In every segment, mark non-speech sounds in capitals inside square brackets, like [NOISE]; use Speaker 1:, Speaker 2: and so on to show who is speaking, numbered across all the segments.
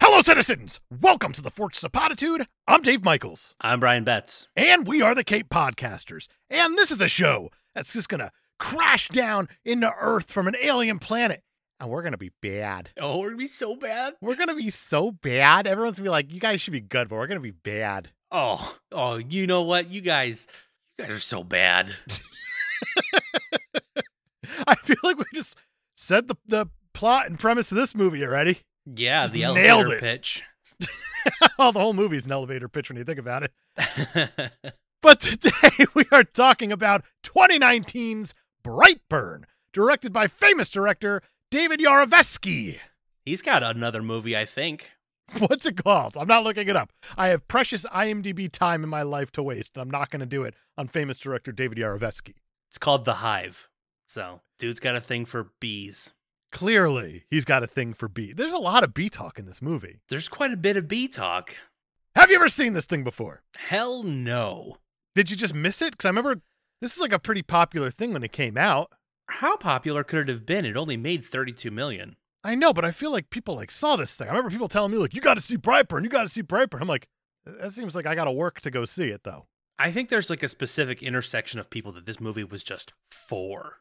Speaker 1: Hello, citizens! Welcome to the Fortress of Potitude. I'm Dave Michaels,
Speaker 2: I'm Brian Betts.
Speaker 1: and we are the Cape Podcasters. And this is a show that's just gonna crash down into Earth from an alien planet, and we're gonna be bad.
Speaker 3: Oh, we're gonna be so bad.
Speaker 1: We're gonna be so bad. Everyone's gonna be like, "You guys should be good," but we're gonna be bad. [LAUGHS]
Speaker 3: Oh, oh, you know what? You guys, you guys are so bad.
Speaker 1: I feel like we just said the the plot and premise of this movie already. [LAUGHS]
Speaker 3: Yeah,
Speaker 1: Just
Speaker 3: the
Speaker 1: nailed
Speaker 3: elevator
Speaker 1: it.
Speaker 3: pitch. [LAUGHS]
Speaker 1: All the whole movie's an elevator pitch when you think about it. But today [LAUGHS] we are talking about 2019's Brightburn, directed by famous director David Yarovesky.
Speaker 3: He's got another movie, I think.
Speaker 1: [LAUGHS] What's it called? I'm not looking it up. I have precious IMDb time in my life to waste, and I'm not going to do it on famous director David Yarovesky.
Speaker 3: It's called The Hive. So, dude's got a thing for bees.
Speaker 1: Clearly, he's got a thing for B. There's a lot of B talk in this movie.
Speaker 3: There's quite a bit of bee talk.
Speaker 1: Have you ever seen this thing before?
Speaker 3: Hell no.
Speaker 1: Did you just miss it? Because I remember this is like a pretty popular thing when it came out.
Speaker 3: How popular could it have been? It only made 32 million.
Speaker 1: I know, but I feel like people like saw this thing. I remember people telling me like, "You got to see Brightburn. You got to see Brightburn." I'm like, that seems like I got to work to go see it though.
Speaker 3: I think there's like a specific intersection of people that this movie was just for.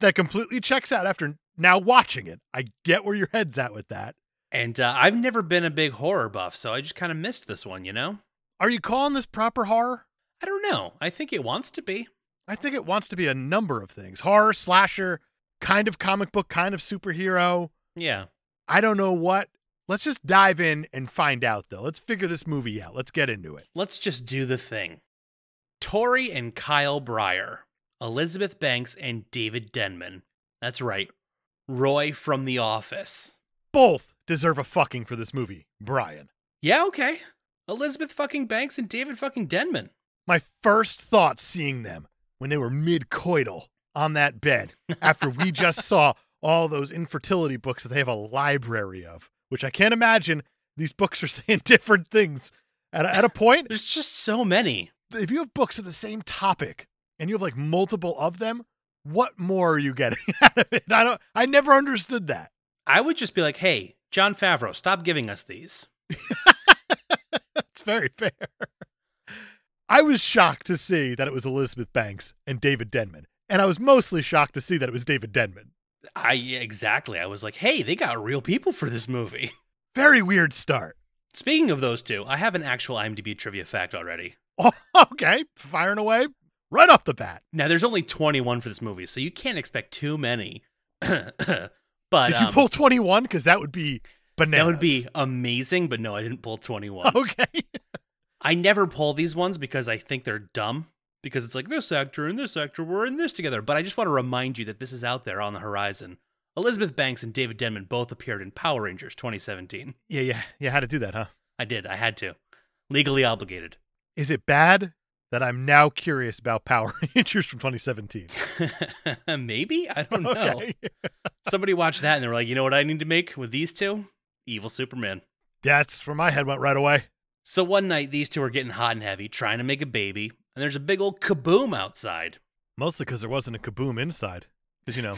Speaker 1: That completely checks out after now watching it. I get where your head's at with that.
Speaker 3: And uh, I've never been a big horror buff, so I just kind of missed this one, you know?
Speaker 1: Are you calling this proper horror?
Speaker 3: I don't know. I think it wants to be.
Speaker 1: I think it wants to be a number of things: horror, slasher, kind of comic book, kind of superhero.
Speaker 3: Yeah.
Speaker 1: I don't know what. Let's just dive in and find out though. Let's figure this movie out. Let's get into it.
Speaker 3: Let's just do the thing. Tori and Kyle Breyer, Elizabeth Banks and David Denman. That's right. Roy from The Office.
Speaker 1: Both deserve a fucking for this movie, Brian.
Speaker 3: Yeah, okay. Elizabeth fucking Banks and David fucking Denman.
Speaker 1: My first thought seeing them when they were mid coital on that bed after we just saw all those infertility books that they have a library of, which I can't imagine these books are [LAUGHS] saying different things. At a, at a point,
Speaker 3: There's just so many.
Speaker 1: if you have books of the same topic and you have like multiple of them, what more are you getting [LAUGHS] out of it? I don't I never understood that. [LAUGHS]
Speaker 3: I would just be like, hey, John Favreau, stop giving us these.
Speaker 1: That's very fair. I was shocked to see that it was Elizabeth Banks and David Denman. And I was mostly shocked to see that it was David Denman.
Speaker 3: I exactly. I was like, hey, they got real people for this movie. [LAUGHS]
Speaker 1: Very weird start. [LAUGHS]
Speaker 3: Speaking of those two, I have an actual IMDb trivia fact already.
Speaker 1: Oh, okay, firing away right off the bat.
Speaker 3: Now, there's only 21 for this movie, so you can't expect too many. [CLEARS THROAT] but
Speaker 1: Did you
Speaker 3: um,
Speaker 1: pull 21? Because that would be bananas.
Speaker 3: that would be amazing, but no, I didn't pull 21.
Speaker 1: [LAUGHS] Okay.
Speaker 3: I never pull these ones because I think they're dumb. Because it's like this actor and this actor were in this together. But I just want to remind you that this is out there on the horizon. Elizabeth Banks and David Denman both appeared in Power Rangers 2017.
Speaker 1: Yeah, yeah, yeah. How to do that, huh?
Speaker 3: I did. I had to. Legally obligated. [LAUGHS]
Speaker 1: Is it bad that I'm now curious about Power [LAUGHS] Rangers from 2017?
Speaker 3: Maybe? I don't know.
Speaker 1: [LAUGHS] Okay.
Speaker 3: Somebody watched that and they were like, you know what I need to make with these two? Evil Superman.
Speaker 1: That's where my head went right away.
Speaker 3: So one night, these two are getting hot and heavy, trying to make a baby, and there's a big old kaboom outside.
Speaker 1: Mostly because there wasn't a kaboom inside. 'Cause, you know,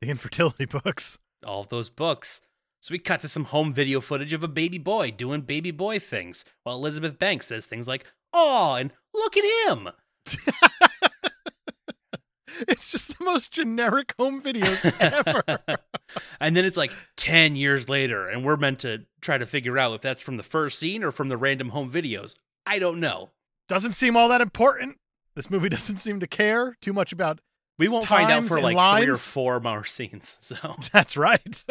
Speaker 1: the [LAUGHS] infertility books. [LAUGHS]
Speaker 3: All of those books. So we cut to some home video footage of a baby boy doing baby boy things, while Elizabeth Banks says things like, Aw, and look at him. [LAUGHS]
Speaker 1: It's just the most generic home videos
Speaker 3: [LAUGHS]
Speaker 1: ever.
Speaker 3: and then it's like 10 years later, and we're meant to try to figure out if that's from the first scene or from the random home videos. I don't know.
Speaker 1: doesn't seem all that important. This movie doesn't seem to care too much about. [LAUGHS]
Speaker 3: We won't find out
Speaker 1: Times
Speaker 3: for
Speaker 1: and
Speaker 3: like three or
Speaker 1: lines?
Speaker 3: four more [LAUGHS] scenes. So
Speaker 1: That's right.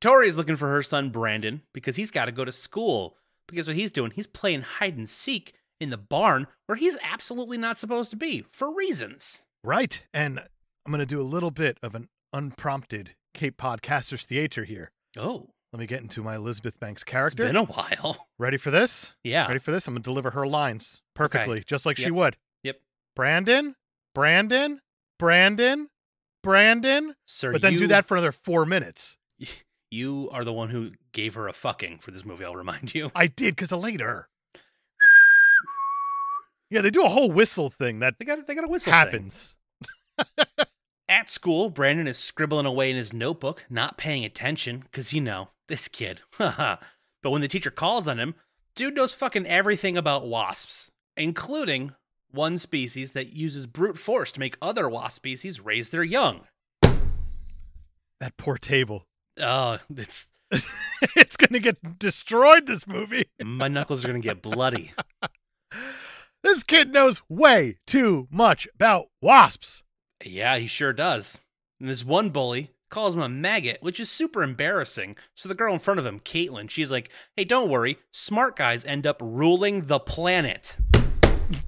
Speaker 3: Tori is looking for her son Brandon because he's got to go to school. Because what he's doing, he's playing hide and seek in the barn where he's absolutely not supposed to be for reasons.
Speaker 1: Right. And I'm going to do a little bit of an unprompted Cape Podcasters Theater here.
Speaker 3: Oh,
Speaker 1: Let me get into my Elizabeth Banks
Speaker 3: It's
Speaker 1: character.
Speaker 3: been a while. [LAUGHS]
Speaker 1: Ready for this?
Speaker 3: Yeah.
Speaker 1: Ready for this? I'm going to deliver her lines perfectly, just like she
Speaker 3: Yep.
Speaker 1: would.
Speaker 3: Yep.
Speaker 1: Brandon, Brandon, Brandon, Brandon.
Speaker 3: Sir,
Speaker 1: but then
Speaker 3: you,
Speaker 1: do that for another four minutes.
Speaker 3: You are the one who gave her a fucking for this movie, I'll remind you.
Speaker 1: I did because I laid her. Yeah, they do a whole whistle thing that
Speaker 3: They got they got a whistle thing.
Speaker 1: happens.
Speaker 3: At school, Brandon is scribbling away in his notebook, not paying attention, 'cause you know, this kid. [LAUGHS] but when the teacher calls on him, dude knows fucking everything about wasps, including one species that uses brute force to make other wasp species raise their young.
Speaker 1: That poor table. [LAUGHS]
Speaker 3: Oh, it's,
Speaker 1: it's going to get destroyed, this movie.
Speaker 3: my knuckles are going to get bloody.
Speaker 1: This kid knows way too much about wasps.
Speaker 3: Yeah, he sure does. And this one bully calls him a maggot, which is super embarrassing. So the girl in front of him, Caitlin, she's like, hey, don't worry. Smart guys end up ruling the planet.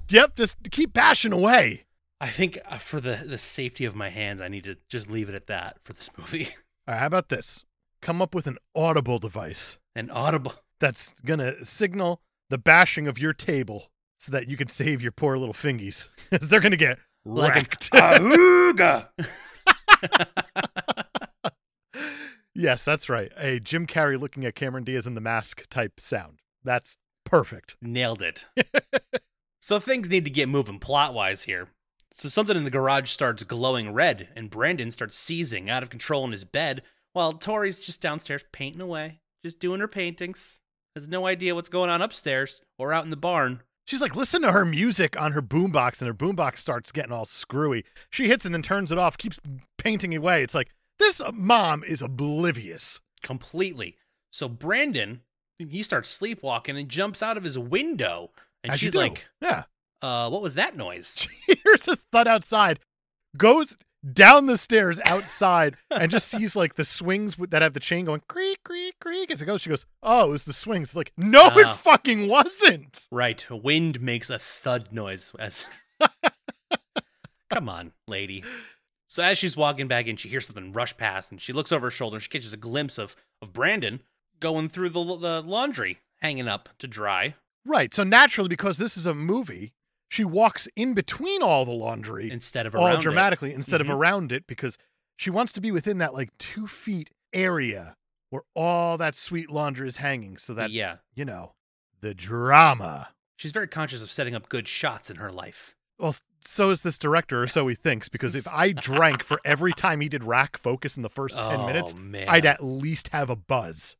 Speaker 1: Yep, just keep bashing away.
Speaker 3: I think uh, for the, the safety of my hands, I need to just leave it at that for this movie. [LAUGHS]
Speaker 1: All right, how about this? Come up with an audible device
Speaker 3: An audible.
Speaker 1: that's going to signal the bashing of your table so that you can save your poor little fingies. [LAUGHS] 'Cause they're going to get
Speaker 3: Like an
Speaker 1: wrecked. [LAUGHS]
Speaker 3: Ahooga!
Speaker 1: yes, that's right. A Jim Carrey looking at Cameron Diaz in the mask type sound. That's perfect. [LAUGHS]
Speaker 3: Nailed it. so things need to get moving plot wise here. So something in the garage starts glowing red, and Brandon starts seizing out of control in his bed while Tori's just downstairs painting away, just doing her paintings. Has no idea what's going on upstairs or out in the barn.
Speaker 1: She's like, listen to her music on her boombox, and her boombox starts getting all screwy. She hits it and turns it off, keeps painting away. It's like, this uh, mom is oblivious.
Speaker 3: completely. So Brandon, he starts sleepwalking and jumps out of his window, and
Speaker 1: As you
Speaker 3: she's
Speaker 1: do.
Speaker 3: like,
Speaker 1: yeah. [LAUGHS]
Speaker 3: "Uh, what was that noise?"
Speaker 1: She hears a thud outside, goes down the stairs outside, and
Speaker 3: [LAUGHS]
Speaker 1: just sees like the swings with- that have the chain going creak, creak, creak as it goes. She goes, oh, it was the swings. It's like, no, it
Speaker 3: Ah.
Speaker 1: fucking wasn't.
Speaker 3: right, wind makes a thud noise.
Speaker 1: [LAUGHS]
Speaker 3: As come on, lady. So as she's walking back in, she hears something rush past, and she looks over her shoulder. and She catches a glimpse of of Brandon going through the the laundry, hanging up to dry,
Speaker 1: Right. So naturally, because this is a movie, she walks in between all the laundry
Speaker 3: instead of around
Speaker 1: all
Speaker 3: it.
Speaker 1: dramatically instead
Speaker 3: Mhm.
Speaker 1: of around it because she wants to be within that like two feet area where all that sweet laundry is hanging so that,
Speaker 3: yeah,
Speaker 1: you know, the drama.
Speaker 3: she's very conscious of setting up good shots in her life.
Speaker 1: Well, so is this director, or so he thinks, because
Speaker 3: [LAUGHS]
Speaker 1: if I drank for every time he did rack focus in the first 10
Speaker 3: Oh,
Speaker 1: minutes,
Speaker 3: man.
Speaker 1: I'd
Speaker 3: [LAUGHS]
Speaker 1: at least have a buzz.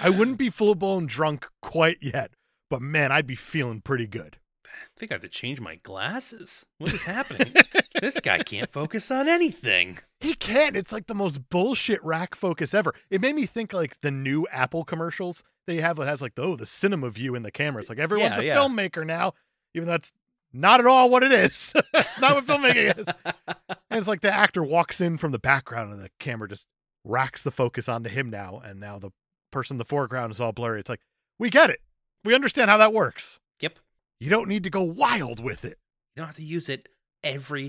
Speaker 1: I wouldn't be full blown drunk quite yet, but man, I'd be feeling pretty good.
Speaker 3: I think I have to change my glasses. What is
Speaker 1: [LAUGHS]
Speaker 3: happening? this guy can't focus on anything.
Speaker 1: He can. It's like the most bullshit rack focus ever. It made me think like the new Apple commercials they have that has like the, oh the cinema view in the camera. It's like everyone's
Speaker 3: Yeah,
Speaker 1: a
Speaker 3: yeah.
Speaker 1: filmmaker now, even though that's not at all what it is. [LAUGHS] That's not what filmmaking
Speaker 3: [LAUGHS]
Speaker 1: is. And it's like the actor walks in from the background and the camera just racks the focus onto him now, and now the person in the foreground is all blurry. It's like we get it. We understand how that works.
Speaker 3: Yep.
Speaker 1: You don't need to go wild with it.
Speaker 3: You don't have to use it every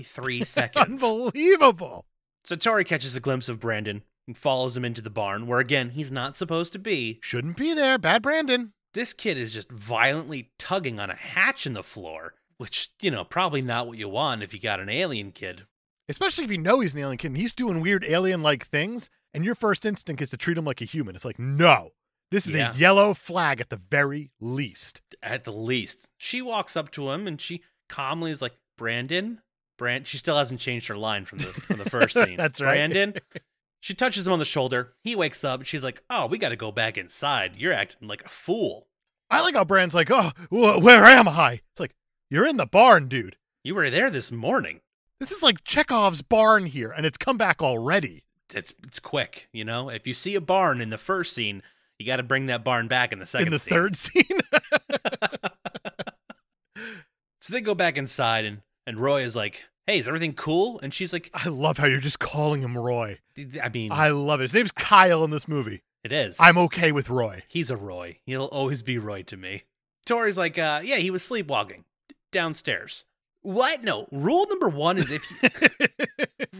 Speaker 1: [LAUGHS]
Speaker 3: three seconds.
Speaker 1: Unbelievable.
Speaker 3: so Tori catches a glimpse of Brandon and follows him into the barn, where again, he's not supposed to be.
Speaker 1: Shouldn't be there. Bad Brandon.
Speaker 3: This kid is just violently tugging on a hatch in the floor, which, you know, probably not what you want if you got an alien kid.
Speaker 1: especially if you know he's an alien kid and he's doing weird alien like things and your first instinct is to treat him like a human it's like no this is
Speaker 3: Yeah.
Speaker 1: a yellow flag at the very least
Speaker 3: at the least. She walks up to him and she calmly is like, "Brandon, Brand." She still hasn't changed her line from the from the
Speaker 1: [LAUGHS]
Speaker 3: first scene.
Speaker 1: That's right.
Speaker 3: Brandon. She touches him on the shoulder. He wakes up. She's like, "Oh, we got to go back inside. You're acting like a fool.
Speaker 1: i like how brand's like oh wh- where am i it's like you're in the barn dude
Speaker 3: You were there this morning.
Speaker 1: this is like chekhov's barn here and it's come back already
Speaker 3: It's it's quick, you know. If you see a barn in the first scene, you got to bring that barn back in the second
Speaker 1: in the
Speaker 3: scene.
Speaker 1: third [LAUGHS] scene
Speaker 3: So they go back inside, and and Roy is like, "Hey, is everything cool?" And she's like,
Speaker 1: i love how you're just calling him roy
Speaker 3: "I mean,
Speaker 1: i love it his name's kyle in this movie
Speaker 3: it is.
Speaker 1: i'm okay with roy
Speaker 3: He's a Roy. He'll always be Roy to me. Tori's like, uh, yeah, he was sleepwalking d- downstairs.
Speaker 1: [LAUGHS]
Speaker 3: What? No. Rule number one is if you,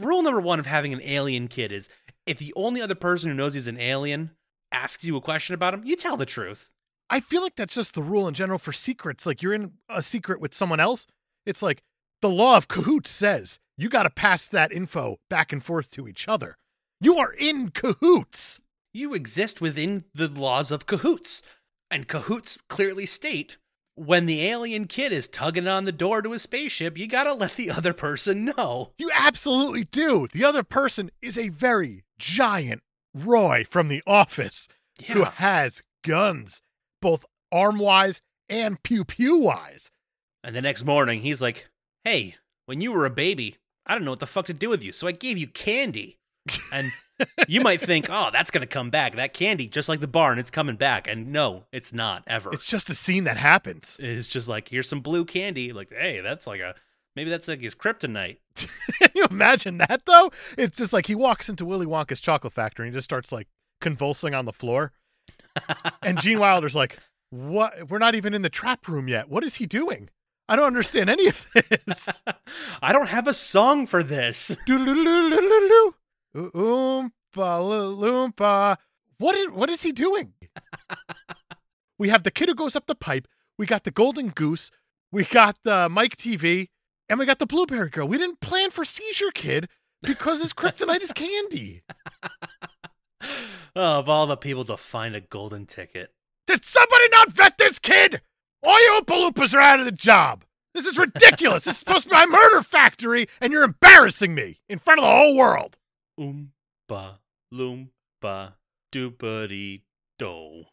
Speaker 3: rule number one of having an alien kid is If the only other person who knows he's an alien asks you a question about him, you tell the truth.
Speaker 1: I feel like that's just the rule in general for secrets. Like you're in a secret with someone else. It's like the law of cahoots says you got to pass that info back and forth to each other. You are in cahoots.
Speaker 3: You exist within the laws of cahoots. And cahoots clearly state when the alien kid is tugging on the door to his spaceship, you got to let the other person know.
Speaker 1: You absolutely do. The other person is a very giant Roy from The Office who has guns, both arm wise and pew pew wise.
Speaker 3: And the next morning, he's like, Hey, when you were a baby, I don't know what the fuck to do with you, so I gave you candy. And you might think, Oh, that's going to come back. That candy, just like the barn, it's coming back. And no, it's not ever.
Speaker 1: It's just a scene that happens.
Speaker 3: It's just like, Here's some blue candy. Like, hey, that's like a maybe that's like his kryptonite.
Speaker 1: Can you imagine that though? It's just like he walks into Willy Wonka's chocolate factory and he just starts like convulsing on the floor. and Gene Wilder's like, "What? We're not even in the trap room yet. What is he doing? I don't understand any of this."
Speaker 3: I don't have a song for this. [LAUGHS]
Speaker 1: Doodle-doodle-doodle-doodle. Ooh, Oompa loo- loompa. What is what is he doing? we have the kid who goes up the pipe. We got the golden goose. We got the Mike TV, and we got the blueberry girl. We didn't plan for seizure kid because his kryptonite is candy.
Speaker 3: Oh, of all the people to find a golden ticket.
Speaker 1: Did somebody not vet this kid? All you Oopaloopas are out of the job. This is ridiculous. this is supposed to be my murder factory, and you're embarrassing me in front of the whole world. [LAUGHS]
Speaker 3: Oompa loompa doopity do.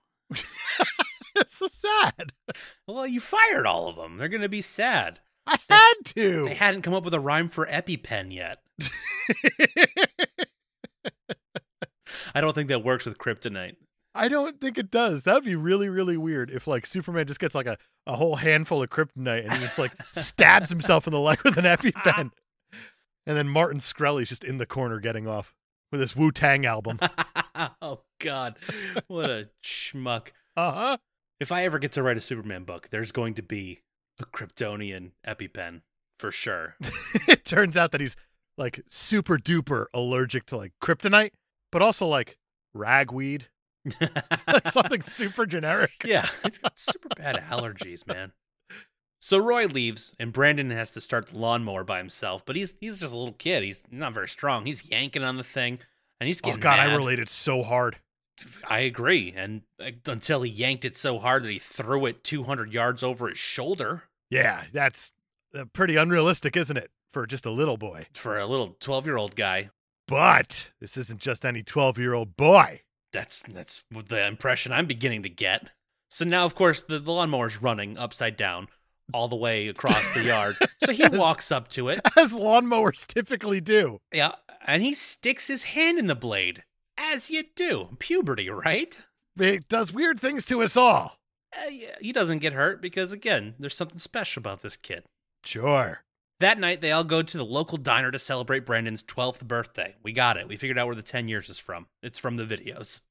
Speaker 1: It's so sad.
Speaker 3: Well, you fired all of them. They're going to be sad.
Speaker 1: I had to.
Speaker 3: They hadn't come up with a rhyme for EpiPen yet. I don't think that works with kryptonite. [LAUGHS]
Speaker 1: I don't think it does. That would be really, really weird if like Superman just gets like a, a whole handful of kryptonite and just
Speaker 3: [LAUGHS]
Speaker 1: like stabs himself in the leg with an EpiPen. And then Martin Screlly's just in the corner getting off with this Wu Tang
Speaker 3: [LAUGHS]
Speaker 1: album.
Speaker 3: oh, God. What a schmuck.
Speaker 1: Uh-huh. [LAUGHS]
Speaker 3: If I ever get to write a Superman book, there's going to be a Kryptonian EpiPen for sure.
Speaker 1: it turns out that he's like super duper allergic to like kryptonite, but also like ragweed. [LAUGHS] Like something super generic.
Speaker 3: [LAUGHS] Yeah, he's got super bad allergies, man. So Roy leaves, and Brandon has to start the lawnmower by himself. But he's he's just a little kid. He's not very strong. He's yanking on the thing, and he's
Speaker 1: Oh
Speaker 3: getting.
Speaker 1: god, I
Speaker 3: mad.
Speaker 1: related so hard.
Speaker 3: I agree. And uh, until he yanked it so hard that he threw it 200 yards over his shoulder
Speaker 1: Yeah, that's uh, pretty unrealistic, isn't it? For just a little boy.
Speaker 3: for a little 12 year old guy.
Speaker 1: But this isn't just any 12-year-old boy. [LAUGHS]
Speaker 3: That's that's the impression I'm beginning to get. So now, of course, the, the lawnmower's running upside down all the way across the yard. So [LAUGHS] he
Speaker 1: Yes.
Speaker 3: walks up to it.
Speaker 1: as lawnmowers typically do.
Speaker 3: Yeah, and he sticks his hand in the blade, as you do. Puberty, right?
Speaker 1: It does weird things to us all.
Speaker 3: Uh, yeah, he doesn't get hurt because, again, there's something special about this kid.
Speaker 1: Sure.
Speaker 3: That night, they all go to the local diner to celebrate Brandon's 12th birthday. We got it. We figured out where the 10 years is from. It's from the videos.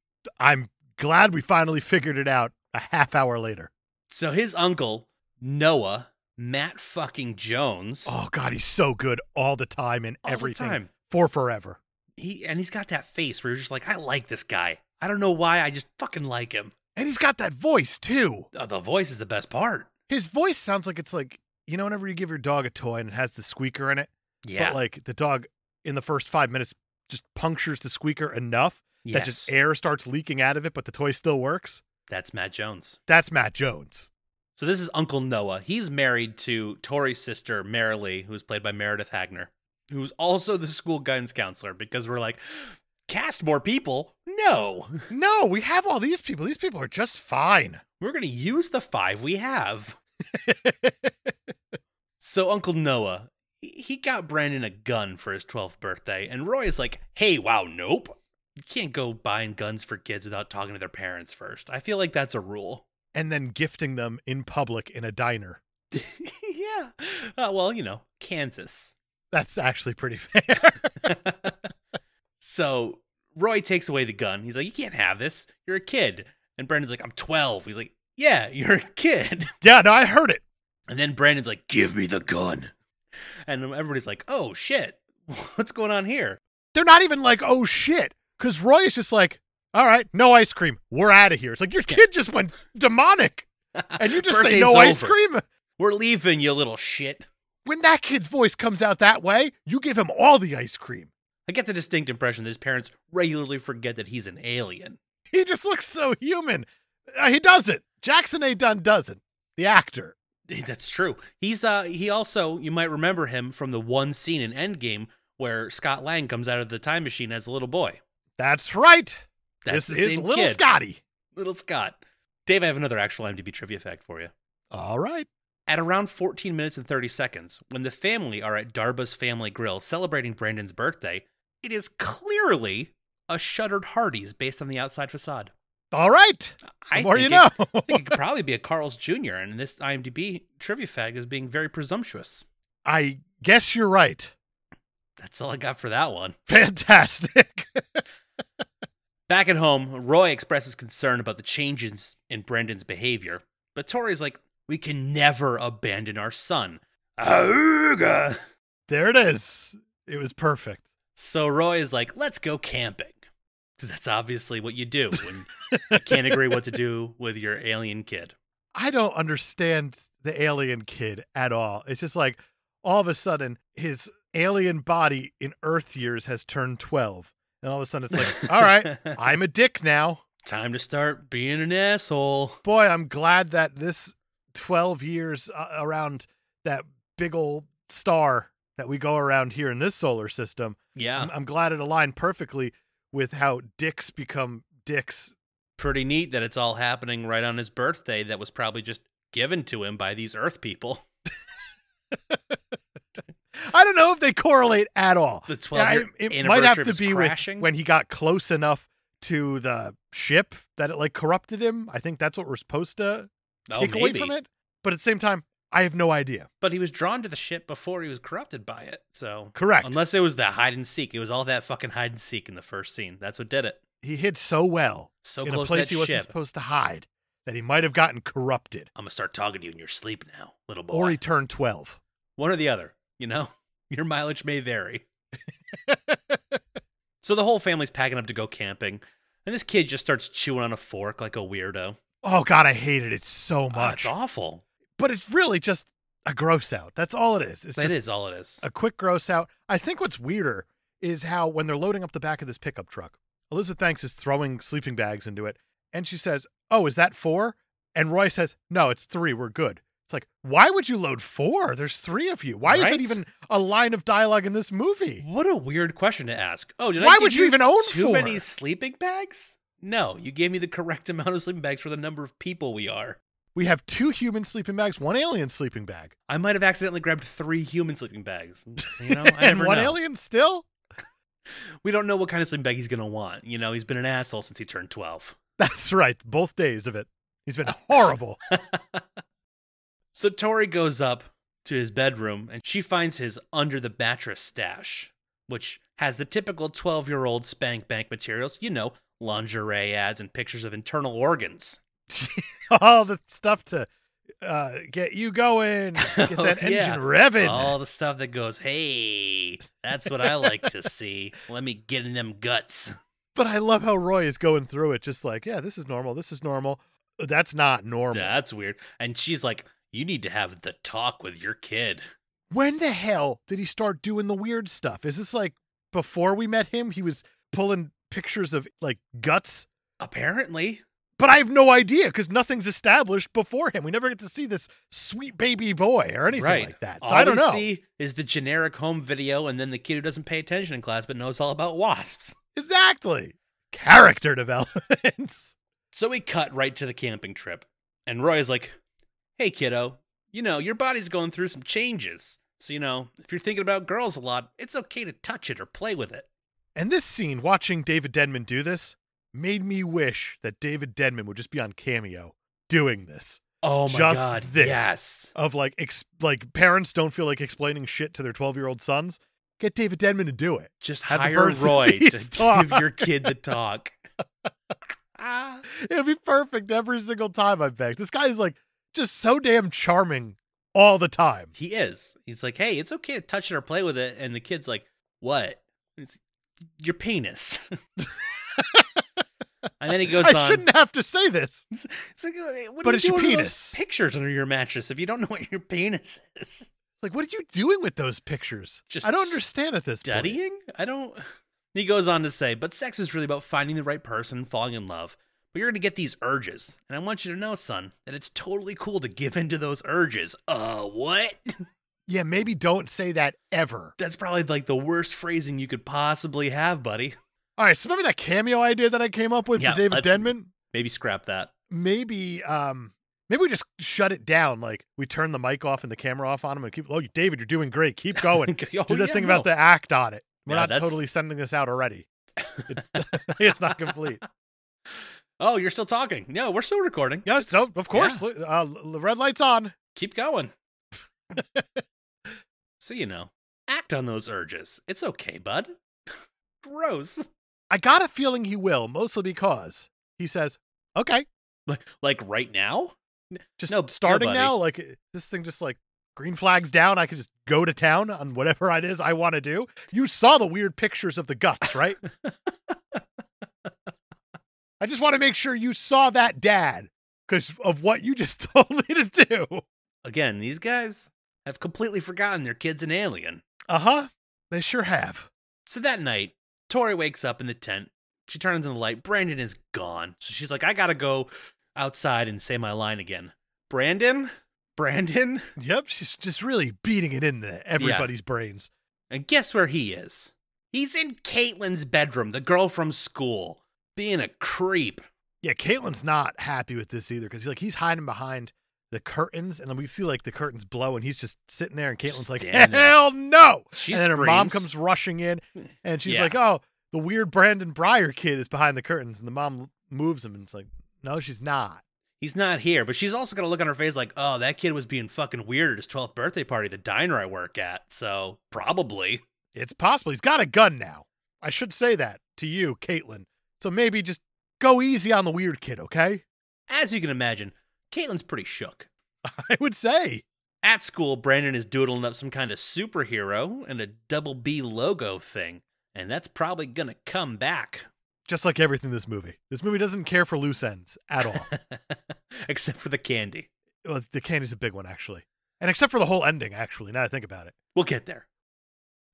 Speaker 1: I'm glad we finally figured it out a half hour later.
Speaker 3: So his uncle, Noah, Matt fucking Jones,
Speaker 1: Oh God, he's so good all the time and
Speaker 3: all the
Speaker 1: everything
Speaker 3: time.
Speaker 1: for forever.
Speaker 3: He, and he's got that face where you're just like, I like this guy. I don't know why. I just fucking like him.
Speaker 1: And he's got that voice too.
Speaker 3: Oh, the voice is the best part.
Speaker 1: His voice sounds like it's like you know whenever you give your dog a toy and it has the squeaker in it,
Speaker 3: Yeah.
Speaker 1: but like the dog in the first five minutes just punctures the squeaker enough
Speaker 3: yes.
Speaker 1: that just air starts leaking out of it, but the toy still works.
Speaker 3: That's Matt Jones.
Speaker 1: That's Matt Jones.
Speaker 3: So this is Uncle Noah. He's married to Tori's sister, Marilee, who's played by Meredith Hagner, who's also the school guidance counselor because we're like, cast more people? No. [LAUGHS]
Speaker 1: No, we have all these people. These people are just fine. [LAUGHS]
Speaker 3: We're going to use the five we have. So Uncle Noah, he- he got Brandon a gun for his 12th birthday, and Roy is like, hey, wow, nope. You can't go buying guns for kids without talking to their parents first. I feel like that's a rule. [LAUGHS]
Speaker 1: and then gifting them in public in a diner.
Speaker 3: yeah. Uh, well, you know, Kansas.
Speaker 1: That's actually pretty [LAUGHS] fair.
Speaker 3: [LAUGHS] so Roy takes away the gun. He's like, You can't have this. You're a kid. And Brandon's like, I'm 12. He's like, Yeah, [LAUGHS] you're a kid.
Speaker 1: yeah, no, I heard it.
Speaker 3: And then Brandon's like, Give me the gun. And everybody's like, Oh shit. [LAUGHS] What's going on here?
Speaker 1: They're not even like, oh shit. Because Roy is just like, all right, no ice cream. We're out of here. It's like your
Speaker 3: Yeah.
Speaker 1: kid just went demonic, and you
Speaker 3: [LAUGHS]
Speaker 1: just say
Speaker 3: Birthday's
Speaker 1: no ice
Speaker 3: over.
Speaker 1: cream.
Speaker 3: We're leaving, you little shit.
Speaker 1: When that kid's voice comes out that way, you give him all the ice cream.
Speaker 3: I get the distinct impression that his parents regularly forget that he's an alien. [LAUGHS]
Speaker 1: He just looks so human. Uh, he doesn't. Jackson A. Dunn doesn't. The actor.
Speaker 3: That's true. He's uh he also you might remember him from the one scene in Endgame where Scott Lang comes out of the time machine as a little boy.
Speaker 1: That's right.
Speaker 3: That's
Speaker 1: this
Speaker 3: the
Speaker 1: is
Speaker 3: same
Speaker 1: little
Speaker 3: kid.
Speaker 1: Scotty.
Speaker 3: Little Scott. Dave, I have another actual IMDb trivia fact for you.
Speaker 1: All right.
Speaker 3: At around 14 minutes and 30 seconds, when the family are at Darba's family grill celebrating Brandon's birthday, it is clearly a shuttered Hardee's based on the outside facade.
Speaker 1: All right. The
Speaker 3: I
Speaker 1: more
Speaker 3: think
Speaker 1: you
Speaker 3: it-
Speaker 1: know. [LAUGHS]
Speaker 3: I think it could probably be a Carl's Jr. And this IMDb trivia fact is being very presumptuous.
Speaker 1: I guess you're right.
Speaker 3: That's all I got for that one.
Speaker 1: Fantastic. [LAUGHS]
Speaker 3: Back at home, Roy expresses concern about the changes in Brendan's behavior, but Tori's like, "We can never abandon our son." Auga.
Speaker 1: there it is. It was perfect.
Speaker 3: So Roy is like, "Let's go camping," because that's obviously what you do
Speaker 1: [LAUGHS]
Speaker 3: when you can't agree what to do with your alien kid.
Speaker 1: I don't understand the alien kid at all. It's just like all of a sudden his alien body in Earth years has turned 12. And all of a sudden it's
Speaker 3: [LAUGHS]
Speaker 1: like, [LAUGHS] all right, I'm a dick now.
Speaker 3: time to start being an asshole.
Speaker 1: Boy, I'm glad that this 12 years uh, around that big old star that we go around here in this solar system,
Speaker 3: Yeah,
Speaker 1: I'm, I'm glad it aligned perfectly with how dicks become dicks.
Speaker 3: pretty neat that it's all happening right on his birthday. That was probably just given to him by these Earth people. [LAUGHS]
Speaker 1: I don't know if they correlate at all.
Speaker 3: The 12 year
Speaker 1: Yeah, it- it
Speaker 3: anniversary
Speaker 1: might have
Speaker 3: of
Speaker 1: to
Speaker 3: his
Speaker 1: be
Speaker 3: crashing.
Speaker 1: with when he got close enough to the ship that it like corrupted him. I think that's what we're supposed to
Speaker 3: oh,
Speaker 1: take away
Speaker 3: maybe.
Speaker 1: from it. But at the same time, I have no idea.
Speaker 3: But he was drawn to the ship before he was corrupted by it. So
Speaker 1: Correct.
Speaker 3: unless it was that hide and seek, it was all that fucking hide and seek in the first scene. That's what did it.
Speaker 1: he hid so well
Speaker 3: So
Speaker 1: in a
Speaker 3: close
Speaker 1: place
Speaker 3: to
Speaker 1: he
Speaker 3: that
Speaker 1: wasn't
Speaker 3: ship.
Speaker 1: supposed to hide that he might have gotten corrupted
Speaker 3: I'm gonna start talking to you in your sleep now, little boy.
Speaker 1: or he turned 12.
Speaker 3: One or the other. You know, [LAUGHS] your mileage
Speaker 1: [LAUGHS]
Speaker 3: may vary. so the whole family's packing up to go camping, and this kid just starts chewing on a fork like a weirdo.
Speaker 1: Oh God, I hated it so
Speaker 3: Ah, it's
Speaker 1: much.
Speaker 3: awful.
Speaker 1: but it's really just a gross out. That's all it is. It's
Speaker 3: That
Speaker 1: just
Speaker 3: is all it is.
Speaker 1: a quick gross out. I think what's weirder is how when they're loading up the back of this pickup truck, Elizabeth Banks is throwing sleeping bags into it, and she says, "Oh, is that four? And Roy says, "No, it's three. We're good." It's like, why would you load four? There's three of you. Why is
Speaker 3: Right?
Speaker 1: that even a line of dialogue in this movie?
Speaker 3: What a weird question to ask. Oh, did I
Speaker 1: Why
Speaker 3: give
Speaker 1: would you even own
Speaker 3: too
Speaker 1: four?
Speaker 3: many sleeping bags? No, you gave me the correct [LAUGHS] amount of sleeping bags for the number of people we are.
Speaker 1: We have two human sleeping bags, one alien sleeping bag,
Speaker 3: I might have accidentally grabbed three human sleeping bags. You know, Oh, I
Speaker 1: [LAUGHS] and
Speaker 3: never
Speaker 1: one
Speaker 3: know.
Speaker 1: alien still. [LAUGHS]
Speaker 3: We don't know what kind of sleeping bag he's gonna want. You know, he's been an asshole since he turned twelve.
Speaker 1: That's right. Both days of it, he's been horrible. [LAUGHS]
Speaker 3: So Tori goes up to his bedroom and she finds his under the mattress stash, which has the typical twelve-year-old spank bank materials. You know, lingerie ads and pictures of internal organs.
Speaker 1: All the stuff to uh, get you going, get
Speaker 3: [LAUGHS] Oh,
Speaker 1: that engine
Speaker 3: yeah.
Speaker 1: revving.
Speaker 3: All the stuff that goes, hey, that's what I like
Speaker 1: [LAUGHS]
Speaker 3: to see. Let me get in them guts.
Speaker 1: But I love how Roy is going through it, just like, yeah, this is normal. This is normal. Uh, That's not normal.
Speaker 3: [LAUGHS] That's weird. And she's like, you need to have the talk with your kid.
Speaker 1: When the hell did he start doing the weird stuff? Is this like before we met him? He was pulling pictures of like guts,
Speaker 3: Apparently.
Speaker 1: but I have no idea because nothing's established before him. We never get to see this sweet baby boy or anything
Speaker 3: Right.
Speaker 1: like that. So
Speaker 3: All
Speaker 1: I don't
Speaker 3: we
Speaker 1: know.
Speaker 3: see is the generic home video and then the kid who doesn't pay attention in class but knows all about wasps.
Speaker 1: Exactly. Character developments. [LAUGHS]
Speaker 3: So we cut right to the camping trip. And Roy is like, hey, kiddo, you know, your body's going through some changes. So, you know, if you're thinking about girls a lot, it's okay to touch it or play with it.
Speaker 1: And this scene, watching David Denman do this, made me wish that David Denman would just be on cameo doing this.
Speaker 3: Oh my
Speaker 1: Just
Speaker 3: god!
Speaker 1: this.
Speaker 3: Yes,
Speaker 1: Of like, ex- like parents don't feel like explaining shit to their twelve-year-old sons. Get David Denman to do it.
Speaker 3: just
Speaker 1: Have the
Speaker 3: hire
Speaker 1: birds to [LAUGHS]
Speaker 3: Roy to
Speaker 1: feast talk.
Speaker 3: [LAUGHS] give your kid
Speaker 1: [LAUGHS]
Speaker 3: the talk. Ah,
Speaker 1: It'd be perfect every single time. I beg. This guy is like just so damn charming all the time.
Speaker 3: he is. He's like, hey, it's okay to touch it or play with it, and the kid's like, what? And he's like, your penis. [LAUGHS] and then he goes
Speaker 1: [LAUGHS] I
Speaker 3: on.
Speaker 1: shouldn't have to say this.
Speaker 3: It's like, uh, what
Speaker 1: But
Speaker 3: are you
Speaker 1: it's your
Speaker 3: doing with
Speaker 1: penis.
Speaker 3: Those pictures under your mattress if you don't know what your penis is.
Speaker 1: Like, what are you doing with those pictures?
Speaker 3: Just
Speaker 1: I don't understand at this point.
Speaker 3: Studying? I don't. [LAUGHS] He goes on to say, but sex is really about finding the right person, and falling in love. But you're going to get these urges. And I want you to know, son, that it's totally cool to give in to those urges. Uh, what?
Speaker 1: Yeah, maybe don't say that ever.
Speaker 3: That's probably like the worst phrasing you could possibly have, buddy.
Speaker 1: All right, so remember that cameo idea that I came up with
Speaker 3: Yeah,
Speaker 1: for David
Speaker 3: let's-
Speaker 1: Denman?
Speaker 3: Maybe scrap that. [LAUGHS]
Speaker 1: Maybe, um, maybe we just shut it down. Like we turn the mic off and the camera off on him and keep. Oh, David, you're doing great.
Speaker 3: [LAUGHS]
Speaker 1: Keep going.
Speaker 3: Oh,
Speaker 1: Do the
Speaker 3: yeah,
Speaker 1: thing
Speaker 3: no.
Speaker 1: about the act on it. We're
Speaker 3: Yeah,
Speaker 1: not
Speaker 3: that's-
Speaker 1: totally sending this out already.
Speaker 3: [LAUGHS]
Speaker 1: It- [LAUGHS] it's not complete.
Speaker 3: Oh, you're still talking. No, we're still recording.
Speaker 1: Yeah, so of course, li- uh, l- the red light's on.
Speaker 3: keep going. so you know, act on those urges. It's okay, bud. [LAUGHS] Gross.
Speaker 1: I got a feeling he will, mostly because he says, "Okay,
Speaker 3: Like, like right now?
Speaker 1: just
Speaker 3: No,
Speaker 1: starting
Speaker 3: nobody.
Speaker 1: now. Like this thing, just like green flags down. I can just go to town on whatever [LAUGHS] it is I want to do." You saw the weird pictures of the guts,
Speaker 3: [LAUGHS]
Speaker 1: right? I just want to make sure you saw that, Dad, because of what you just [LAUGHS] told me to do.
Speaker 3: Again, these guys have completely forgotten their kid's an alien.
Speaker 1: Uh huh. They sure have.
Speaker 3: So that night, Tori wakes up in the tent. She turns on the light. Brandon is gone. So she's like, I gotta go outside and say my line again. Brandon? Brandon?
Speaker 1: Yep. She's just really beating it into everybody's brains.
Speaker 3: And guess where he is? He's in Caitlin's bedroom, the girl from school, being a creep.
Speaker 1: Yeah, Caitlin's not happy with this either because like he's hiding behind the curtains, and then we see like the curtains blow, and he's just sitting there, and Caitlin's
Speaker 3: Just
Speaker 1: like,
Speaker 3: standing there.
Speaker 1: "Hell no!"
Speaker 3: She
Speaker 1: and then her mom
Speaker 3: screams.
Speaker 1: comes rushing
Speaker 3: [LAUGHS]
Speaker 1: in, and she's
Speaker 3: Yeah.
Speaker 1: like, "Oh, the weird Brandon Breyer kid is behind the curtains," and the mom moves him, and it's like, "No, she's not."
Speaker 3: He's not here, but she's also gonna look on her face like, oh, that kid was being fucking weird at his 12th birthday party, the diner I work at. So probably.
Speaker 1: It's possible he's got a gun now. I should say that to you, Caitlin. So maybe just go easy on the weird kid, okay? [LAUGHS]
Speaker 3: As you can imagine, Caitlin's pretty shook.
Speaker 1: I would say.
Speaker 3: At school, Brandon is doodling up some kind of superhero and a double B logo thing, and that's probably gonna come back. [LAUGHS]
Speaker 1: Just like everything in this movie. This movie doesn't care for loose ends at
Speaker 3: [LAUGHS]
Speaker 1: all.
Speaker 3: Except for the candy.
Speaker 1: well, it's- the candy's a big one, actually. And except for the whole ending, actually, now that I think about it.
Speaker 3: We'll get there.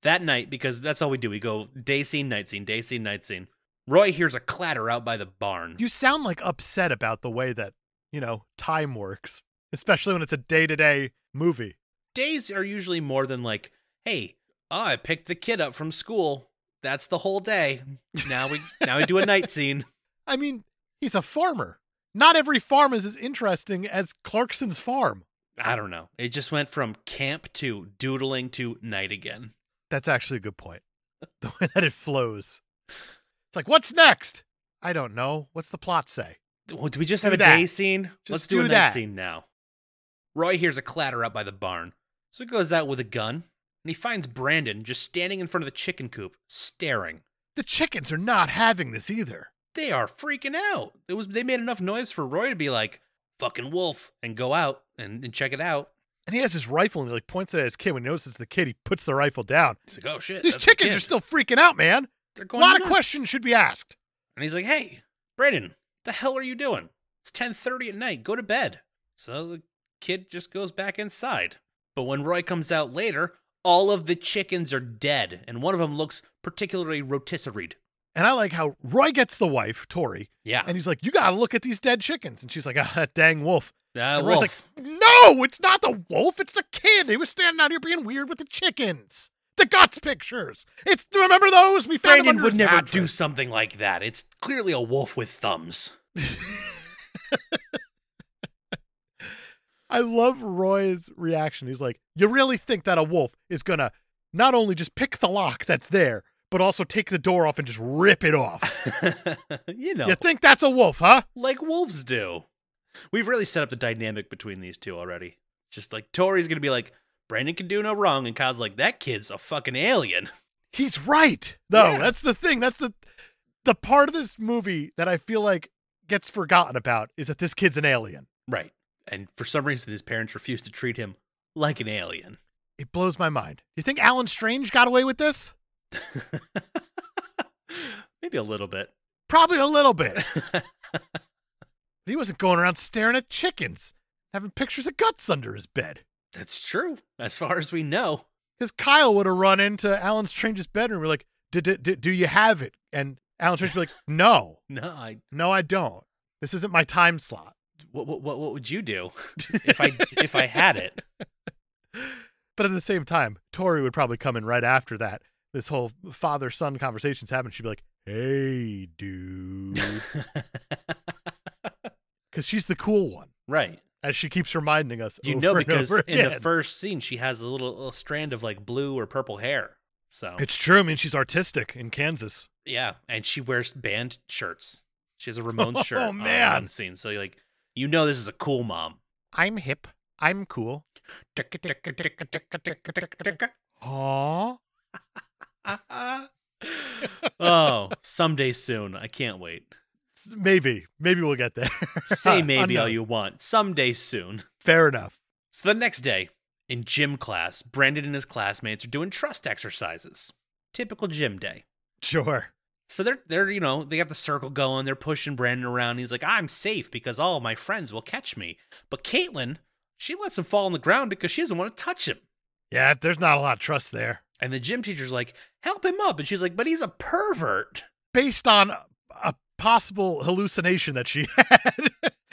Speaker 3: That night, because that's all we do, we go day scene, night scene, day scene, night scene. Roy hears a clatter out by the barn.
Speaker 1: You sound like upset about the way that, you know, time works, especially when it's a day to day movie.
Speaker 3: Days are usually more than like, hey, oh, I picked the kid up from school. That's the whole day. Now we now we do a night scene.
Speaker 1: I mean, he's a farmer. Not every farm is as interesting as Clarkson's farm.
Speaker 3: I don't know. It just went from camp to doodling to night again.
Speaker 1: That's actually a good point. [LAUGHS] The way that it flows. It's like, what's next? I don't know. What's the plot say?
Speaker 3: Well, do we just
Speaker 1: Do
Speaker 3: have a
Speaker 1: that.
Speaker 3: day scene?
Speaker 1: Just
Speaker 3: Let's do,
Speaker 1: do
Speaker 3: a night
Speaker 1: that.
Speaker 3: scene now. Roy hears a clatter out by the barn, so he goes out with a gun, and he finds Brandon just standing in front of the chicken coop, staring.
Speaker 1: The chickens are not having this either.
Speaker 3: They are freaking out. It was they made enough noise for Roy to be like, "Fucking wolf," and go out and, and check it out.
Speaker 1: And he has his rifle and he like points it at his kid. When he notices it's the kid, he puts the rifle down.
Speaker 3: He's like, "Oh shit!"
Speaker 1: These
Speaker 3: that's the
Speaker 1: chickens
Speaker 3: kid.
Speaker 1: are still freaking out, man.
Speaker 3: They're
Speaker 1: A
Speaker 3: going
Speaker 1: lot of
Speaker 3: nuts."
Speaker 1: questions should be asked.
Speaker 3: And he's like, "Hey, Brandon, the hell are you doing? It's 10:30 at night. Go to bed." So the kid just goes back inside. But when Roy comes out later, all of the chickens are dead, and one of them looks particularly rotisseried.
Speaker 1: And I like how Roy gets the wife, Tori,
Speaker 3: Yeah,
Speaker 1: and he's like, You gotta look at these dead chickens. And she's like, Ah, [LAUGHS] that dang wolf.
Speaker 3: uh,
Speaker 1: And Roy's
Speaker 3: wolf.
Speaker 1: like, No, it's not the wolf, it's the kid. He was standing out here being weird with the chickens. The guts pictures. It's remember those? We found them
Speaker 3: Brandon
Speaker 1: under
Speaker 3: would
Speaker 1: his
Speaker 3: never do
Speaker 1: mattress.
Speaker 3: something like that. It's clearly a wolf with thumbs. [LAUGHS]
Speaker 1: I love Roy's reaction. He's like, You really think that a wolf is gonna not only just pick the lock that's there, but also take the door off and just rip it
Speaker 3: [LAUGHS]
Speaker 1: off.
Speaker 3: you know,
Speaker 1: You think that's a wolf, huh?
Speaker 3: like wolves do. We've really set up the dynamic between these two already. Just like Tori's gonna be like, Brandon can do no wrong, and Kyle's like, that kid's a fucking alien. [LAUGHS]
Speaker 1: He's right, though.
Speaker 3: Yeah.
Speaker 1: That's the thing. That's the the part of this movie that I feel like gets forgotten about is that this kid's an alien.
Speaker 3: Right. And for some reason, his parents refuse to treat him like an alien. [LAUGHS]
Speaker 1: It blows my mind. You think Alan Strange got away with this?
Speaker 3: Maybe a little bit.
Speaker 1: Probably a little bit. he wasn't going around staring at chickens, having pictures of guts under his bed.
Speaker 3: That's true, as far as we know.
Speaker 1: Because Kyle would have run into Alan Strange's bedroom. We're like, "D- d- d- do you have it? And Alan Strange would be like, [LAUGHS] no,
Speaker 3: No, I.
Speaker 1: no, I don't. This isn't my time slot.
Speaker 3: What, what, what would you do [LAUGHS] if I if I had it?
Speaker 1: But at the same time, Tori would probably come in right after that. This whole father son conversation's happened. She'd be like, hey,
Speaker 3: [LAUGHS]
Speaker 1: dude. Because she's the cool one,
Speaker 3: right.
Speaker 1: as she keeps reminding us.
Speaker 3: You
Speaker 1: [LAUGHS] over
Speaker 3: know,
Speaker 1: and
Speaker 3: because
Speaker 1: over
Speaker 3: in the
Speaker 1: again.
Speaker 3: first scene, she has a little, little strand of like blue or purple hair. So,
Speaker 1: It's true. I mean, she's artistic in Kansas.
Speaker 3: yeah. And she wears band shirts. She has a Ramones shirt
Speaker 1: [LAUGHS] Oh,
Speaker 3: on in
Speaker 1: man.
Speaker 3: one scene. So, you're like, you know, this is a cool
Speaker 1: [LAUGHS]
Speaker 3: mom.
Speaker 1: I'm hip. I'm cool. Huh?
Speaker 3: oh, someday soon. I can't wait.
Speaker 1: Maybe. Maybe we'll get there.
Speaker 3: [LAUGHS]
Speaker 1: [LAUGHS]
Speaker 3: Say maybe all
Speaker 1: Unknown.
Speaker 3: you want. Someday soon.
Speaker 1: Fair enough.
Speaker 3: So the next day, in gym class, Brandon and his classmates are doing trust exercises. Typical gym day.
Speaker 1: Sure.
Speaker 3: So they're they're you know they got the circle going. They're pushing Brandon around. He's like, I'm safe because all of my friends will catch me. But Caitlin, she lets him fall on the ground because she doesn't want to touch him.
Speaker 1: Yeah, there's not a lot of trust there.
Speaker 3: And the gym teacher's like, help him up. And she's like, but he's a pervert.
Speaker 1: Based on a, a possible hallucination that she [LAUGHS] had,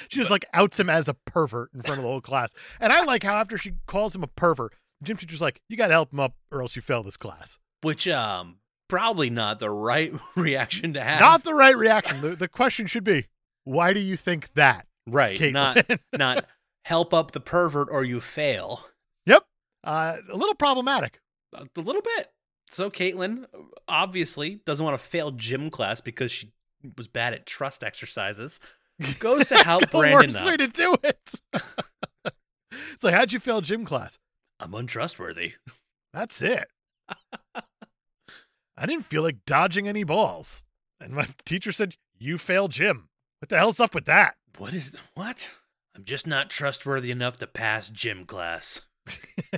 Speaker 1: she just like outs him as a pervert in front of the whole class. And I like how after she calls him a pervert, the gym teacher's like, you got to help him up or else you fail this class.
Speaker 3: Which um probably not the right [LAUGHS] reaction to have.
Speaker 1: Not the right reaction. The, the question should be, why do you think that?
Speaker 3: right.
Speaker 1: Caitlin?
Speaker 3: Not not help up the pervert or you fail.
Speaker 1: [LAUGHS] uh, a little problematic.
Speaker 3: A a little bit. So Caitlin obviously doesn't want to fail gym class because she was bad at trust exercises.
Speaker 1: [LAUGHS]
Speaker 3: Goes to help
Speaker 1: the
Speaker 3: Brandon
Speaker 1: worst
Speaker 3: up.
Speaker 1: way to do it. [LAUGHS] it's like, how'd you fail gym class?
Speaker 3: I'm untrustworthy.
Speaker 1: That's it. I didn't feel like dodging any balls. And my teacher said, You fail gym. What the hell's up with that? [LAUGHS]
Speaker 3: What is what? I'm just not trustworthy enough to pass gym class.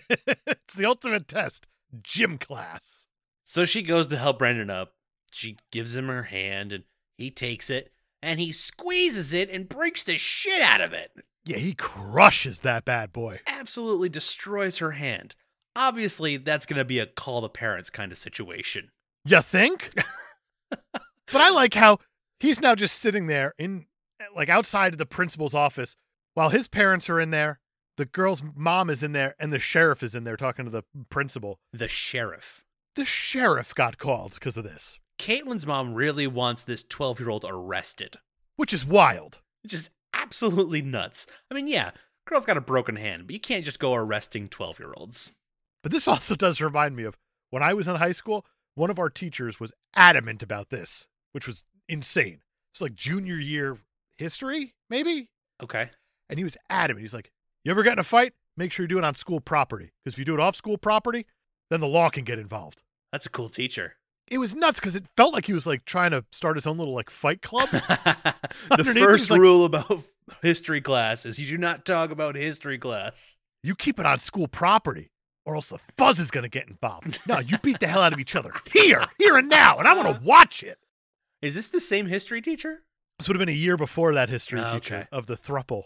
Speaker 1: it's the ultimate test gym class.
Speaker 3: So she goes to help Brandon up. She gives him her hand and he takes it and he squeezes it and breaks the shit out of it.
Speaker 1: Yeah, he crushes that bad boy.
Speaker 3: Absolutely destroys her hand. Obviously, that's going to be a call the parents kind of situation.
Speaker 1: You think? but I like how he's now just sitting there in like outside of the principal's office while his parents are in there, the girl's mom is in there, and the sheriff is in there talking to the principal.
Speaker 3: The sheriff.
Speaker 1: The sheriff got called because of this,
Speaker 3: Caitlin's mom really wants this 12 year old arrested,
Speaker 1: which is wild.
Speaker 3: which is absolutely nuts. I mean, yeah, girl's got a broken hand, but you can't just go arresting 12 year olds.
Speaker 1: But this [LAUGHS] also does remind me of when I was in high school, one of our teachers was adamant about this, which was insane. It's like junior year history, maybe?
Speaker 3: Okay.
Speaker 1: And he was adamant. He's like, You ever get in a fight? Make sure you do it on school property. Because if you do it off school property, then the law can get involved.
Speaker 3: That's a cool teacher. [LAUGHS]
Speaker 1: It was nuts because it felt like he was like trying to start his own little like fight club.
Speaker 3: the
Speaker 1: Underneath, he's
Speaker 3: first
Speaker 1: like-
Speaker 3: rule about [LAUGHS] history class is you do not talk about history class.
Speaker 1: you keep it on school property or else the fuzz is going to get involved. No, you beat the hell out of each other here, here and now. And I want to watch it.
Speaker 3: Is this the same history teacher?
Speaker 1: This would have been a year before that history
Speaker 3: Oh,
Speaker 1: teacher
Speaker 3: okay.
Speaker 1: of the thruple.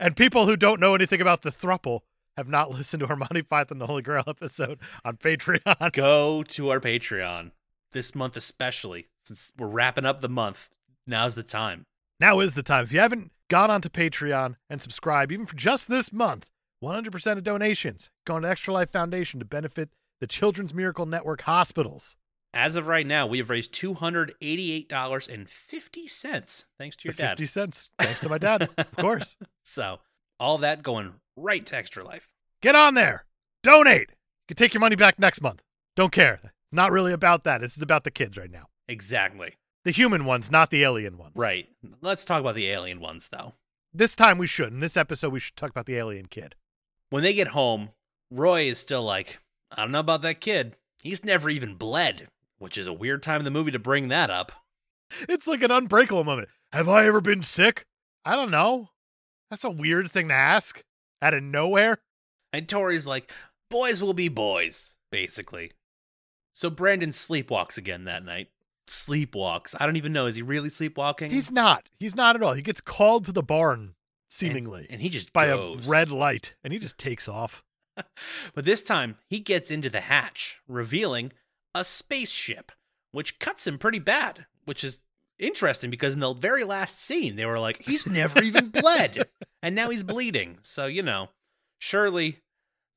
Speaker 1: And people who don't know anything about the thruple have not [LAUGHS] listened to our Monty Python the Holy Grail episode on Patreon. [LAUGHS]
Speaker 3: Go to our Patreon this month, especially since we're wrapping up the month. Now's the time.
Speaker 1: Now is the time. If you haven't gone onto Patreon and subscribe, even for just this month, 100% of donations going to Extra Life Foundation to benefit the Children's Miracle Network hospitals.
Speaker 3: As of right now, we have raised two hundred eighty-eight dollars and fifty cents, thanks to your
Speaker 1: The
Speaker 3: dad.
Speaker 1: 50 cents. Thanks to my dad,
Speaker 3: [LAUGHS]
Speaker 1: of course.
Speaker 3: So all that going right to Extra Life.
Speaker 1: Get on there. Donate. You can take your money back next month. Don't care. It's not really about that. This is about the kids right now.
Speaker 3: Exactly.
Speaker 1: The human ones, not the alien ones.
Speaker 3: Right. Let's talk about the alien ones though.
Speaker 1: This time we should. In this episode, we should talk about the alien kid.
Speaker 3: When they get home, Roy is still like, I don't know about that kid. He's never even bled, which is a weird time in the movie to bring that up.
Speaker 1: It's like an unbreakable moment. Have I ever been sick? I don't know. That's a weird thing to ask out of nowhere.
Speaker 3: And Tori's like, boys will be boys, basically. So Brandon sleepwalks again that night. sleepwalks. I don't even know. Is he really sleepwalking?
Speaker 1: He's not. He's not at all. He gets called to the barn, seemingly,
Speaker 3: and he just
Speaker 1: by
Speaker 3: goes.
Speaker 1: a red light, and he just takes off.
Speaker 3: But this time, he gets into the hatch, revealing a spaceship, which cuts him pretty bad, which is interesting because in the very last scene, they were like, he's never even bled. And now he's bleeding. So, you know, surely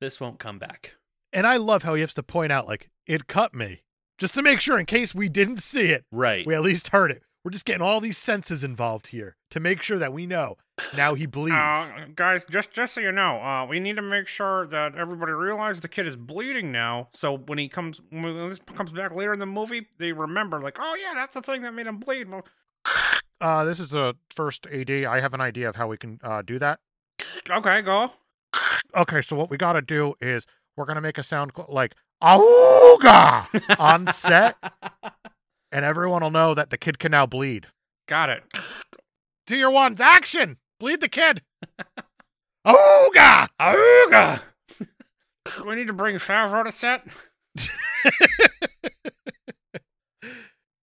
Speaker 3: this won't come back.
Speaker 1: And I love how he has to point out, like, it cut me, just to make sure in case we didn't see it,
Speaker 3: Right.
Speaker 1: we at least heard it. We're just getting all these senses involved here to make sure that we know. Now he
Speaker 3: Oh,
Speaker 1: bleeds.
Speaker 4: Uh, guys, just just so you know, uh, we need to make sure that everybody realizes the kid is bleeding now. So when he comes, when this comes back later in the movie, they remember like, oh yeah, that's the thing that made him bleed. Well,
Speaker 1: Uh, this is the first AD. I have an idea of how we can uh, do that.
Speaker 4: okay, go.
Speaker 1: okay, so what we got to do is we're going to make a sound cl- like auga on
Speaker 4: [LAUGHS]
Speaker 1: set, and everyone will know that the kid can now bleed.
Speaker 4: Got it.
Speaker 1: Do your ones, action! Bleed the kid! auga!
Speaker 4: Auga. we need to bring Favreau to set.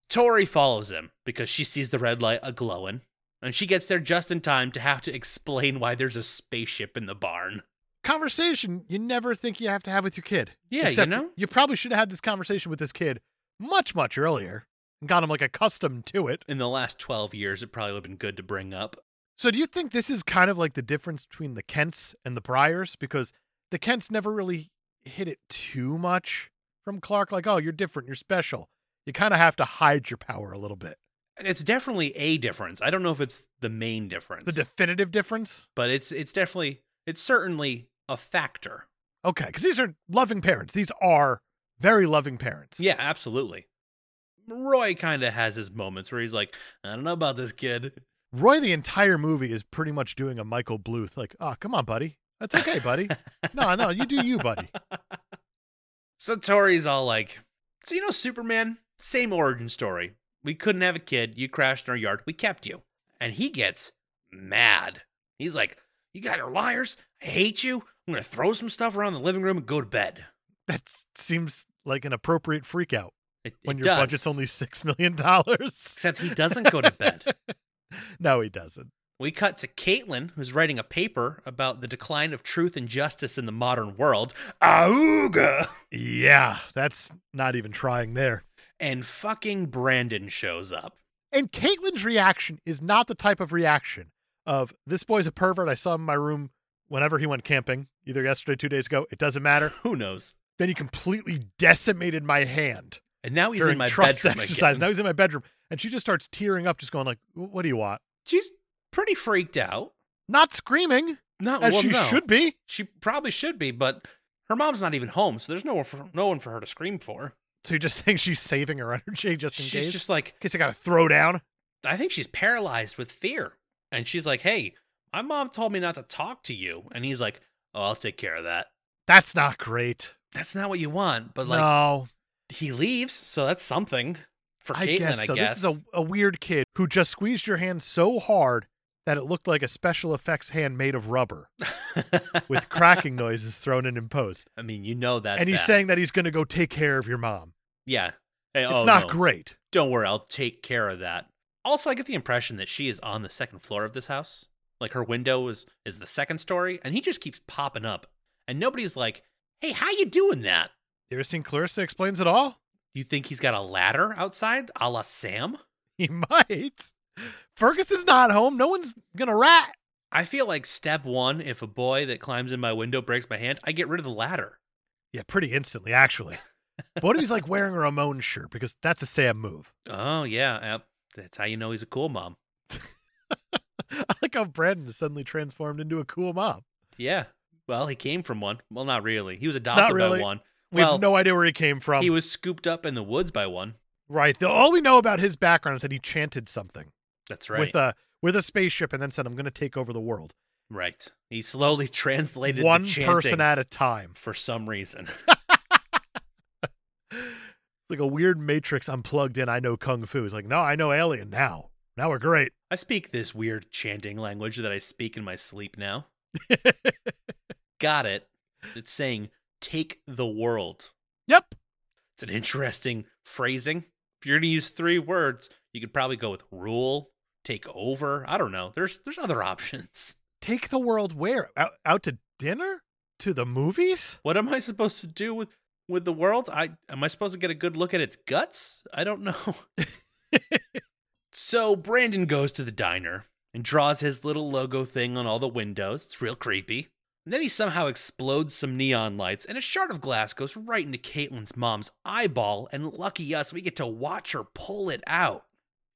Speaker 3: Tori follows him because she sees the red light a glowing, and she gets there just in time to have to explain why there's a spaceship in the barn.
Speaker 1: Conversation you never think you have to have with your kid.
Speaker 3: Yeah,
Speaker 1: Except
Speaker 3: you know?
Speaker 1: You probably should have had this conversation with this kid much, much earlier and got him like accustomed to it.
Speaker 3: In the last 12 years, it probably would have been good to bring up.
Speaker 1: So do you think this is kind of like the difference between the Kents and the Briars? Because the Kents never really hit it too much from Clark, like, oh, you're different, you're special. You kind of have to hide your power a little bit.
Speaker 3: It's definitely a difference. I don't know if it's the main difference,
Speaker 1: The definitive difference?
Speaker 3: but it's it's definitely it's certainly a factor.
Speaker 1: Okay, because these are loving parents. These are very loving parents.
Speaker 3: Yeah, absolutely. Roy kind of has his moments where he's like, I don't know about this kid.
Speaker 1: Roy, the entire movie is pretty much doing a Michael Bluth, like, oh, come on, buddy. That's okay,
Speaker 3: [LAUGHS]
Speaker 1: buddy. no, no, you do you, buddy.
Speaker 3: So Tori's all like, So you know Superman? Same origin story. We couldn't have a kid. You crashed in our yard. We kept you. And he gets mad. He's like, You guys are liars. I hate you. I'm going to throw some stuff around the living room and go to bed.
Speaker 1: That s- seems like an appropriate freak out
Speaker 3: It, it
Speaker 1: when your
Speaker 3: does.
Speaker 1: budget's only $6 million.
Speaker 3: Except he doesn't go to bed.
Speaker 1: [LAUGHS]
Speaker 3: [LAUGHS]
Speaker 1: no, he doesn't.
Speaker 3: We cut to Caitlin, who's writing a paper about the decline of truth and justice in the modern world. Auga!
Speaker 1: Yeah, that's not even trying there.
Speaker 3: And fucking Brandon shows up.
Speaker 1: And Caitlin's reaction is not the type of reaction of this boy's a pervert. I saw him in my room whenever he went camping, either yesterday, two days ago. It doesn't matter.
Speaker 3: Who knows?
Speaker 1: Then he completely decimated my hand
Speaker 3: And now he's
Speaker 1: during
Speaker 3: in my
Speaker 1: trust
Speaker 3: bedroom
Speaker 1: exercise.
Speaker 3: again.
Speaker 1: Now he's in my bedroom, and she just starts tearing up, just going like, "Wh- "What do you want?"
Speaker 3: She's pretty freaked out.
Speaker 1: Not screaming
Speaker 3: Not
Speaker 1: as
Speaker 3: Oh, well,
Speaker 1: she
Speaker 3: no.
Speaker 1: should be.
Speaker 3: She probably should be, but her mom's not even home, so there's no one for no one for her to scream for.
Speaker 1: So you're just [LAUGHS] saying she's saving her energy just in
Speaker 3: she's
Speaker 1: case.
Speaker 3: just like,
Speaker 1: in case I got to throw down.
Speaker 3: I think she's paralyzed with fear. And she's like, "Hey, my mom told me not to talk to you." And he's like, "Oh, I'll take care of that."
Speaker 1: That's not great.
Speaker 3: That's not what you want, but like
Speaker 1: no,
Speaker 3: he leaves, so that's something for
Speaker 1: I
Speaker 3: Caitlin.
Speaker 1: guess
Speaker 3: I
Speaker 1: so.
Speaker 3: guess.
Speaker 1: This is a, a weird kid who just squeezed your hand so hard that it looked like a special effects hand made of rubber with cracking noises thrown in in post.
Speaker 3: [LAUGHS] I mean, you know that.
Speaker 1: and he's saying that he's going to go take care of your mom.
Speaker 3: "Yeah, hey,
Speaker 1: It's
Speaker 3: oh,
Speaker 1: not
Speaker 3: no.
Speaker 1: great.
Speaker 3: Don't worry, I'll take care of that." Also, I get the impression that she is on the second floor of this house. Like her window is is the second story, and he just keeps popping up, and nobody's like, "Hey, how you doing that?"
Speaker 1: You ever seen Clarissa Explains It All? [LAUGHS]
Speaker 3: You think he's got a ladder outside, a la Sam?
Speaker 1: He might. Fergus is not home. No one's going to rat.
Speaker 3: I feel like step one: if a boy that climbs in my window breaks my hand, I get rid of the ladder.
Speaker 1: Yeah, pretty instantly,
Speaker 3: [LAUGHS]
Speaker 1: actually. But what if he's like wearing a Ramon shirt? Because that's a Sam move. [LAUGHS]
Speaker 3: Oh yeah, yep. that's how you know he's a cool mom.
Speaker 1: I like how Brandon is suddenly transformed into a cool mom.
Speaker 3: Yeah. Well, he came from one. Well, not really. He was adopted
Speaker 1: really.
Speaker 3: by one.
Speaker 1: We
Speaker 3: Well,
Speaker 1: have no idea where he came from.
Speaker 3: He was scooped up in the woods by one.
Speaker 1: Right. The, all we know about his background is that he chanted something
Speaker 3: That's right.
Speaker 1: with a with a spaceship, and then said, "I'm going to take over the world,
Speaker 3: right. He slowly [LAUGHS] translated
Speaker 1: one
Speaker 3: the chanting
Speaker 1: person at a time."
Speaker 3: for some reason. [LAUGHS]
Speaker 1: It's like a weird Matrix. I'm plugged in. I know kung fu. He's like, "No, I know alien now. Now we're great." [LAUGHS]
Speaker 3: I speak this weird chanting language that I speak in my sleep now. Got it. It's saying take the world.
Speaker 1: Yep.
Speaker 3: It's an interesting phrasing. If you're gonna use three words, you could probably go with rule, take over. I don't know. There's there's other [LAUGHS] options.
Speaker 1: Take the world where? Out, out to dinner? To the movies?
Speaker 3: What am I supposed to do with with the world? I am I supposed to get a good look at its guts? I don't know. [LAUGHS] so Brandon goes to the diner and draws his little logo thing on all the windows. It's real creepy. And then he somehow explodes some neon lights, and a shard of glass goes right into Caitlin's mom's eyeball. And lucky us, we get to watch her pull it out.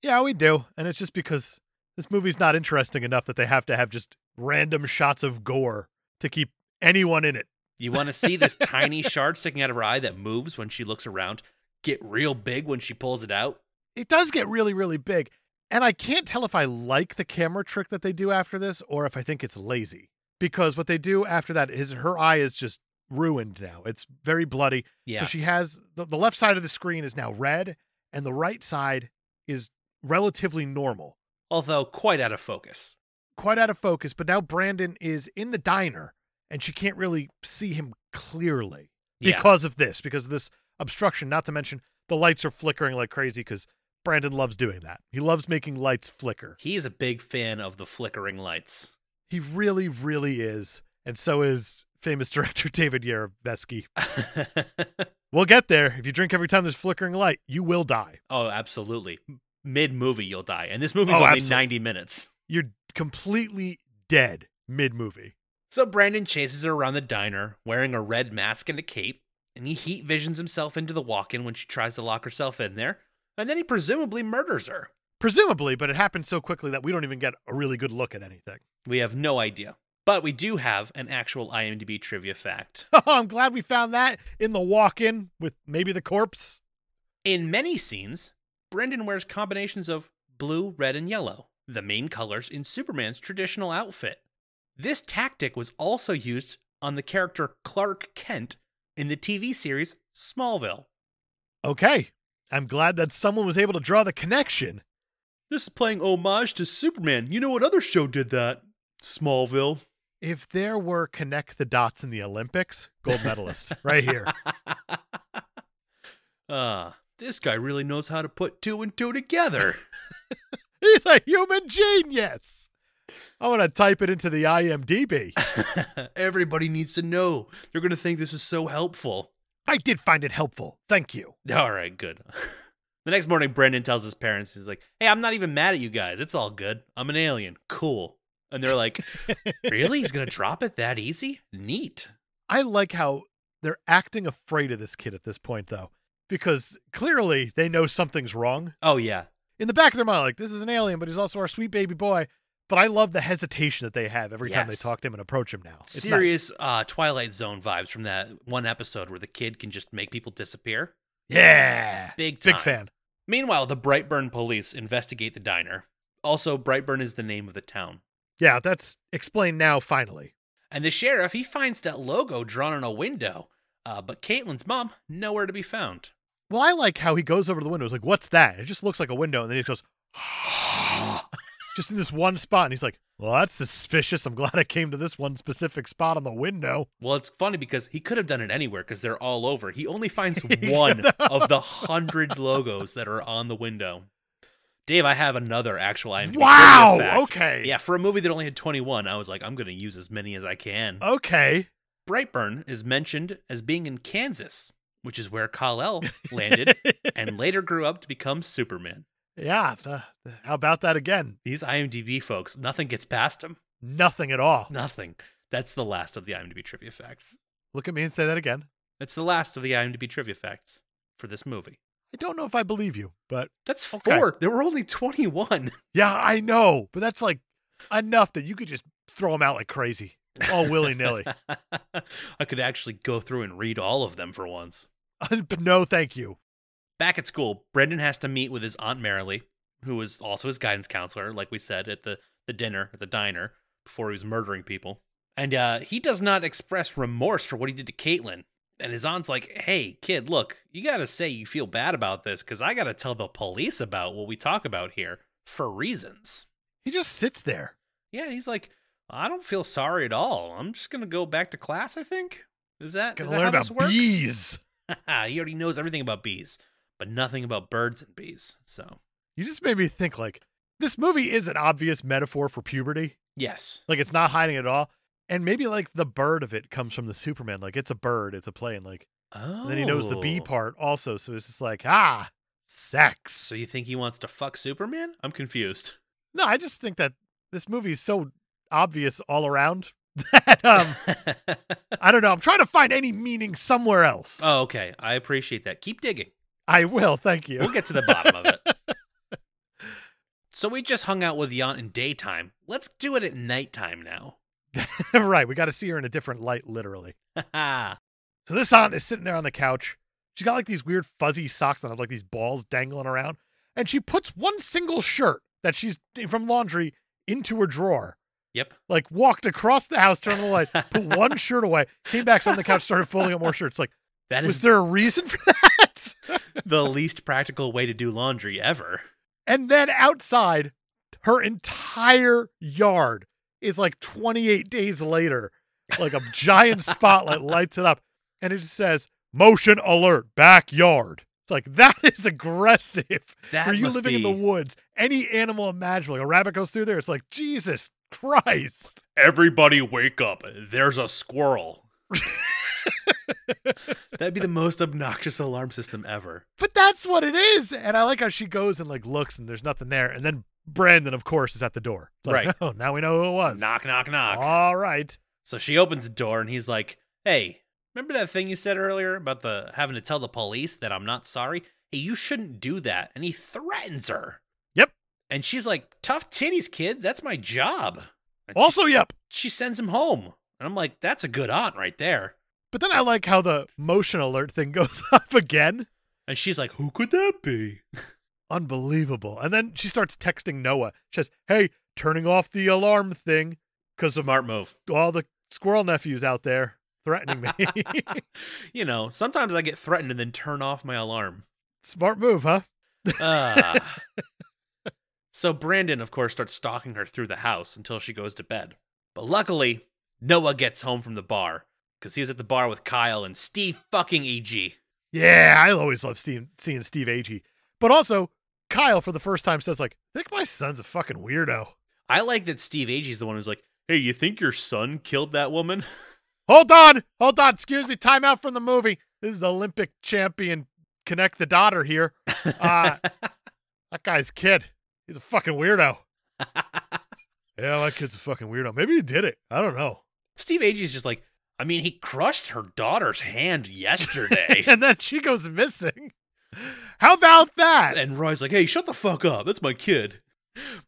Speaker 1: Yeah, we do. And it's just because this movie's not interesting enough that they have to have just random shots of gore to keep anyone in it.
Speaker 3: You want to see this tiny shard sticking out of her eye that moves when she looks around, get real big when she pulls it out.
Speaker 1: It does get really, really big. And I can't tell if I like the camera trick that they do after this or if I think it's lazy. Because what they do after that is her eye is just ruined now. It's very bloody.
Speaker 3: Yeah.
Speaker 1: So she has the, the left side of the screen is now red and the right side is relatively normal.
Speaker 3: Although quite out of focus.
Speaker 1: quite out of focus, but now Brandon is in the diner and she can't really see him clearly
Speaker 3: Yeah.
Speaker 1: because of this, because of this obstruction. Not to mention the lights are flickering like crazy because Brandon loves doing that. He loves making lights flicker.
Speaker 3: He is a big fan of the flickering lights. [LAUGHS]
Speaker 1: He really, really is. And so is famous [LAUGHS] director David Yaroveski. We'll get there. If you drink every time there's flickering light, you will die.
Speaker 3: oh, absolutely. Mid movie, you'll die. And this movie's
Speaker 1: Oh,
Speaker 3: only
Speaker 1: absolutely.
Speaker 3: 90 minutes.
Speaker 1: You're completely dead mid movie.
Speaker 3: So Brandon chases her around the diner, wearing a red mask and a cape, and he heat visions himself into the walk in when she tries to lock herself in there, and then he presumably murders her.
Speaker 1: Presumably, but it happened so quickly that we don't even get a really good look at anything. [LAUGHS]
Speaker 3: We have no idea. But we do have an actual IMDb trivia fact.
Speaker 1: Oh, I'm glad we found that in the walk in with maybe the corpse.
Speaker 3: In many scenes, Brendan wears combinations of blue, red, and yellow, the main colors in Superman's traditional outfit. This tactic was also used on the character Clark Kent in the TV series Smallville.
Speaker 1: Okay. I'm glad that someone was able to draw the connection.
Speaker 3: This is playing homage to Superman. You know what other show did that? Smallville.
Speaker 1: If there were connect the dots in the Olympics, gold
Speaker 3: [LAUGHS]
Speaker 1: medalist right here.
Speaker 3: Ah, this guy really knows how to put two and two together. [LAUGHS]
Speaker 1: He's a human genius. I want to type it into the IMDb.
Speaker 3: Everybody needs to know. They're going to think this is so helpful.
Speaker 1: I did find it helpful. Thank you.
Speaker 3: [LAUGHS] All right, good. the next morning, Brendan tells his parents, he's like, Hey, I'm not even mad at you guys. It's all good. I'm an alien. Cool. And
Speaker 1: [LAUGHS]
Speaker 3: they're like, Really? He's going to drop it that easy? Neat.
Speaker 1: I like how they're acting afraid of this kid at this point, though, because clearly they know something's wrong.
Speaker 3: Oh, yeah.
Speaker 1: in the back of their mind, like this is an alien, but he's also our sweet baby boy. But I love the hesitation that they have every time they
Speaker 3: Yes.
Speaker 1: talk to him and approach him now. It's nice.
Speaker 3: Serious uh, Twilight Zone vibes from that one episode where the kid can just make people disappear.
Speaker 1: Yeah.
Speaker 3: Big time.
Speaker 1: Big fan.
Speaker 3: Meanwhile, the Brightburn police investigate the diner. Also, Brightburn is the name of the town.
Speaker 1: Yeah, that's explained now finally.
Speaker 3: And the sheriff, he finds that logo drawn on a window. Uh, but Caitlin's mom, nowhere to
Speaker 1: [SIGHS]
Speaker 3: be found. [LAUGHS]
Speaker 1: Well, I like how he goes over to the window. He's like, what's that? It just looks like a window. And then he goes, just in this one spot. And he's like, well, that's suspicious. I'm glad I came to this one specific spot on the window.
Speaker 3: Well, it's funny because he could have done it anywhere because they're all over. He only
Speaker 1: [LAUGHS]
Speaker 3: finds one of the hundred logos that are on the window. Dave, I have another actual IMDb. trivia
Speaker 1: wow.
Speaker 3: fact.
Speaker 1: Okay.
Speaker 3: Yeah, for a movie that only had 21, I was like, I'm going to use as many as I can.
Speaker 1: Oh.
Speaker 3: [LAUGHS]
Speaker 1: Okay.
Speaker 3: Brightburn is mentioned as being in Kansas, which is
Speaker 1: [LAUGHS]
Speaker 3: where Kal-El landed and later grew up to become Superman.
Speaker 1: Yeah. the- the- how about that again?
Speaker 3: These IMDb folks, nothing gets past them.
Speaker 1: Nothing at all.
Speaker 3: Nothing. That's the last of the IMDb trivia facts.
Speaker 1: Look at me and say that again.
Speaker 3: That's the last of the IMDb trivia facts for this movie.
Speaker 1: I don't know if I believe you, but
Speaker 3: That's
Speaker 1: Okay.
Speaker 3: four. There were only [LAUGHS] 21.
Speaker 1: Yeah, I know, but that's like enough that you could just throw them out like crazy, all willy [LAUGHS]
Speaker 3: [LAUGHS]
Speaker 1: nilly.
Speaker 3: I could actually go through and read all of them for once.
Speaker 1: no, thank you.
Speaker 3: Back at school, Brendan has to meet with his Aunt Marilee, who was also his guidance counselor, like we said at the, the dinner, at the diner, before he was murdering people. And uh, he does not express remorse for what he did to Caitlin. And his aunt's like, hey, kid, look, you got to say you feel bad about this because I got to tell the police about what we talk about here for reasons.
Speaker 1: He just sits there.
Speaker 3: Yeah, he's like, I don't feel sorry at all. I'm just gonna go back to class. I think is that is
Speaker 1: Gonna learn
Speaker 3: that how this [LAUGHS]
Speaker 1: about
Speaker 3: works? Ah,
Speaker 1: bees.
Speaker 3: he already knows everything about bees, but nothing about birds and bees. So,
Speaker 1: You just made me think like this movie is an obvious metaphor for puberty.
Speaker 3: yes.
Speaker 1: Like it's not hiding it at all. And maybe like the bird of it comes from the Superman. Like it's a bird, it's a plane. Like
Speaker 3: Oh.
Speaker 1: and then he knows the bee part also. So it's just like, ah, sex.
Speaker 3: So you think he wants to fuck Superman? I'm confused.
Speaker 1: No, I just think that this movie is so obvious all around [LAUGHS] that um I don't know. I'm trying to find any meaning somewhere else.
Speaker 3: [LAUGHS] oh, okay. I appreciate that. Keep digging.
Speaker 1: I will, thank you.
Speaker 3: We'll get to the bottom of it.
Speaker 1: [LAUGHS]
Speaker 3: So we just hung out with Yant in daytime. Let's do it at nighttime now. [LAUGHS]
Speaker 1: [LAUGHS] right, we got to see her in a different light, literally. So this aunt is sitting there on the couch. She's got like these weird fuzzy socks on, like these balls dangling around, and she puts one single shirt that she's eh, from laundry into her drawer.
Speaker 3: yep.
Speaker 1: Like walked across the house, turned on the light, put one shirt away, came back, sat on the couch, started folding up more shirts. Like,
Speaker 3: That
Speaker 1: was
Speaker 3: is
Speaker 1: there a reason for that?
Speaker 3: the least practical way to do laundry ever.
Speaker 1: And then outside, her entire yard is like 28 days later. Like a
Speaker 3: [LAUGHS]
Speaker 1: giant spotlight lights it up and it just says, Motion alert, backyard. It's like, that [LAUGHS] is aggressive.
Speaker 3: That
Speaker 1: For you
Speaker 3: must
Speaker 1: living in the
Speaker 3: be-
Speaker 1: woods, any animal imaginable, like a rabbit goes through there, it's like, Jesus Christ.
Speaker 3: Everybody wake up. There's
Speaker 1: [LAUGHS]
Speaker 3: a squirrel. That'd be the most obnoxious alarm system ever.
Speaker 1: But that's what it is. And I like how she goes and like looks and there's nothing there. And then Brandon, of course, is at the door. It's like,
Speaker 3: Right.
Speaker 1: [LAUGHS] Oh, now we know who it was.
Speaker 3: Knock, knock, knock.
Speaker 1: All right.
Speaker 3: So she opens the door and he's like, "Hey, remember that thing you said earlier about the having to tell the police that I'm not sorry? Hey, you shouldn't do that." And he threatens her.
Speaker 1: Yep.
Speaker 3: And she's like, "Tough titties, kid. That's my job." And she-
Speaker 1: Also, yep.
Speaker 3: she sends him home. And I'm like, "That's a good aunt right there."
Speaker 1: But then I like how the motion alert thing [LAUGHS] goes up again.
Speaker 3: And she's like, "Who could that be?"
Speaker 1: Unbelievable. And then she starts texting Noah. She says, Hey, turning off the alarm thing because of
Speaker 3: Smart move.
Speaker 1: all the squirrel nephews out there threatening me. [LAUGHS]
Speaker 3: you know, sometimes I get threatened and then turn off my alarm.
Speaker 1: Smart move, huh?
Speaker 3: Ah. so Brandon, of course, starts stalking her through the house until she goes to bed. But luckily, Noah gets home from the bar because he was at the bar with Kyle and Steve fucking EG.
Speaker 1: Yeah, I always love seeing, seeing Steve Agee. But also, Kyle, for the first time, says, like, I think my son's a fucking weirdo.
Speaker 3: I like that Steve Agee's the one who's like, "Hey, you think your son killed that woman?" [LAUGHS]
Speaker 1: Hold on. Hold on. Excuse me. Time out from the movie. This is Olympic champion. Connect the daughter here. Uh, that guy's kid. He's a fucking weirdo. Yeah, my kid's a fucking weirdo. Maybe he did it. I don't know.
Speaker 3: Steve Agee's just like, "I mean, he crushed her daughter's
Speaker 1: [LAUGHS]
Speaker 3: hand yesterday."
Speaker 1: And then she goes missing. How about that?
Speaker 3: and Roy's like, "Hey, shut the fuck up. That's my kid."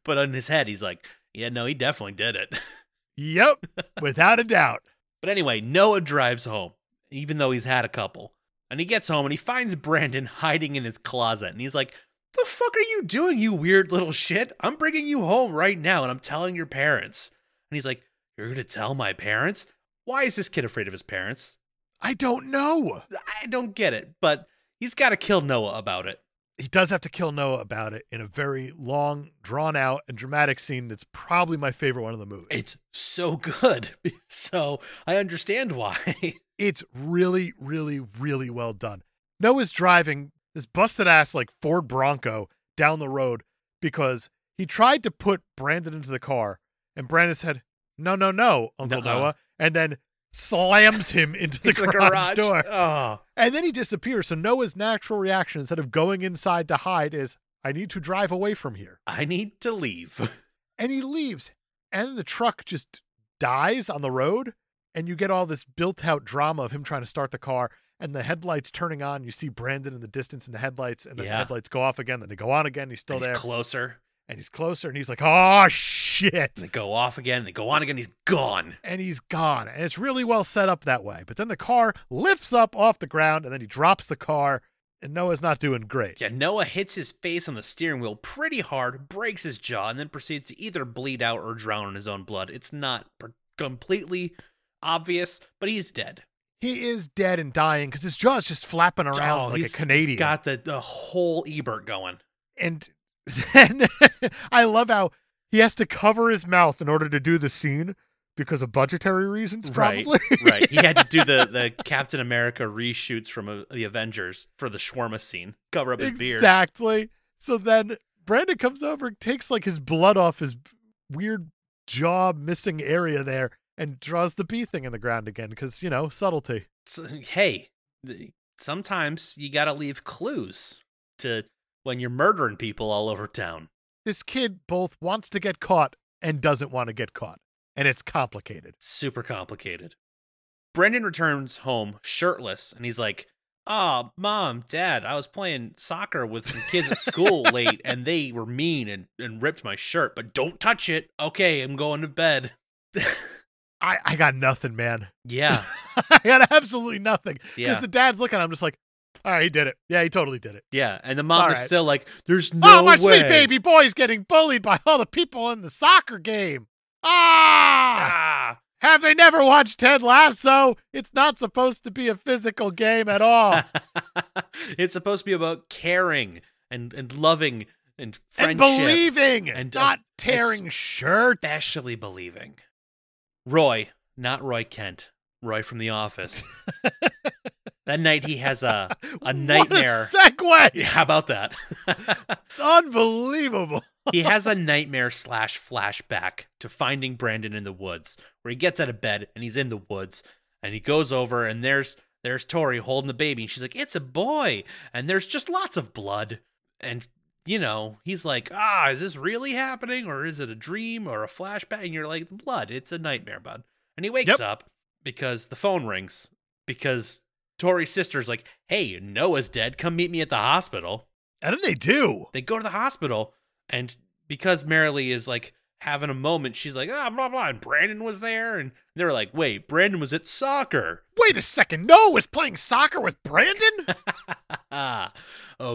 Speaker 3: But in his head, he's like, "Yeah, no, he definitely did it." [LAUGHS]
Speaker 1: Yep, without a doubt.
Speaker 3: But anyway, Noah drives home, even though he's had a couple. And he gets home and he finds Brandon [LAUGHS] hiding in his closet. And he's like, The fuck are you doing, you weird little shit? I'm bringing you home right now and I'm telling your parents. And he's like, You're going to tell my parents? Why is this kid afraid of his parents?
Speaker 1: I don't know.
Speaker 3: I don't get it, but he's got to kill Noah about it.
Speaker 1: He does have to kill Noah about it in a very long, drawn out, and dramatic scene that's probably my favorite one of the movie.
Speaker 3: It's so good. [LAUGHS] so I understand why. [LAUGHS]
Speaker 1: It's really, really, really well done. Noah's driving this busted ass like Ford Bronco down the road because he tried to put Brandon into the car, and Brandon said, "No, no, no, Uncle
Speaker 3: Nuh-uh.
Speaker 1: Noah," and then slams [LAUGHS] him into the,
Speaker 3: It's
Speaker 1: garage, door,
Speaker 3: Oh.
Speaker 1: and then he disappears. So Noah's natural reaction instead of going inside to hide is, "I need to drive away from here,"
Speaker 3: I need to leave.
Speaker 1: and he leaves, and the truck just dies on the road, and you get all this built-out drama of him trying to start the car and the headlights turning on. You see Brandon in the distance in the headlights, and then the
Speaker 3: Yeah.
Speaker 1: headlights go off again. Then they go on again. He's still
Speaker 3: And he's
Speaker 1: there,
Speaker 3: closer.
Speaker 1: and he's closer, and he's like, "Oh shit!"
Speaker 3: And they go off again, and they go on again, he's gone.
Speaker 1: And he's gone, and it's really well set up that way. But then the car lifts up off the ground, and then he drops the car, and Noah's not doing great.
Speaker 3: Yeah, Noah hits his face on the steering wheel pretty hard, breaks his jaw, and then proceeds to either bleed out or drown in his own blood. It's not per- completely obvious, but he's dead.
Speaker 1: He is dead and dying because his jaw's just flapping around
Speaker 3: Oh,
Speaker 1: like a
Speaker 3: he's-
Speaker 1: Canadian.
Speaker 3: He's got the, the whole
Speaker 1: [LAUGHS]
Speaker 3: Ebert going.
Speaker 1: and then I love how he has to cover his mouth in order to do the scene because of budgetary reasons,
Speaker 3: Right.
Speaker 1: probably.
Speaker 3: right. He had to do the, the Captain America reshoots from uh the Avengers for the shawarma scene. Cover up
Speaker 1: [LAUGHS]
Speaker 3: his beard.
Speaker 1: Exactly. So then Brandon comes over and takes like his blood off his b- weird jaw missing area there and draws the bee thing in the ground again because, you know, subtlety.
Speaker 3: So, uh, hey, th- sometimes you gotta leave clues to when you're murdering people all over town.
Speaker 1: This kid both wants to get caught and doesn't want to get caught. And it's complicated.
Speaker 3: super complicated. Brendan returns home shirtless and he's like, Oh, mom, dad, I was playing soccer with some kids at school late and they were mean and, and ripped my shirt, but don't touch it. Okay, I'm going to bed.
Speaker 1: I, I got nothing, man. [LAUGHS]
Speaker 3: yeah,
Speaker 1: I got absolutely nothing. Because
Speaker 3: yeah,
Speaker 1: the dad's looking, I'm just like, all right, he did it. Yeah, he totally did it.
Speaker 3: yeah. And the mom
Speaker 1: All
Speaker 3: is
Speaker 1: right.
Speaker 3: still like, There's no
Speaker 1: oh, my
Speaker 3: way.
Speaker 1: sweet baby boy is getting bullied by all the people in the soccer game. Ah!
Speaker 3: [LAUGHS] Ah.
Speaker 1: Have they never watched Ted Lasso? It's not supposed to be a physical game at
Speaker 3: [LAUGHS]
Speaker 1: all.
Speaker 3: it's supposed to be about caring and, and loving and
Speaker 1: and
Speaker 3: friendship.
Speaker 1: believing,
Speaker 3: and,
Speaker 1: and
Speaker 3: uh,
Speaker 1: not tearing shirts.
Speaker 3: especially believing. Roy, not Roy Kent, Roy from The [LAUGHS] Office. that night he has a.
Speaker 1: What
Speaker 3: nightmare.
Speaker 1: segue.
Speaker 3: [LAUGHS] Yeah, how about that? [LAUGHS]
Speaker 1: Unbelievable.
Speaker 3: he has a nightmare slash flashback to finding Brandon in the woods, where he gets out of bed and he's in the woods, and he goes over and there's there's Tori holding the baby, and she's like, "It's a boy," and there's just lots of blood, and you know he's like, "Ah, is this really happening, or is it a dream or a flashback?" And you're like, "Blood, it's a nightmare, bud." And he wakes
Speaker 1: Yep.
Speaker 3: up because the phone rings because Tori's sister's like, "Hey, Noah's dead. Come meet me at the hospital."
Speaker 1: And then they do.
Speaker 3: They go to the hospital, and because Marilee is like having a moment, she's like, ah, blah, blah. And Brandon was there. And they were like, wait, Brandon was at soccer. [LAUGHS]
Speaker 1: Wait a second. Noah was playing soccer with Brandon?
Speaker 3: oh,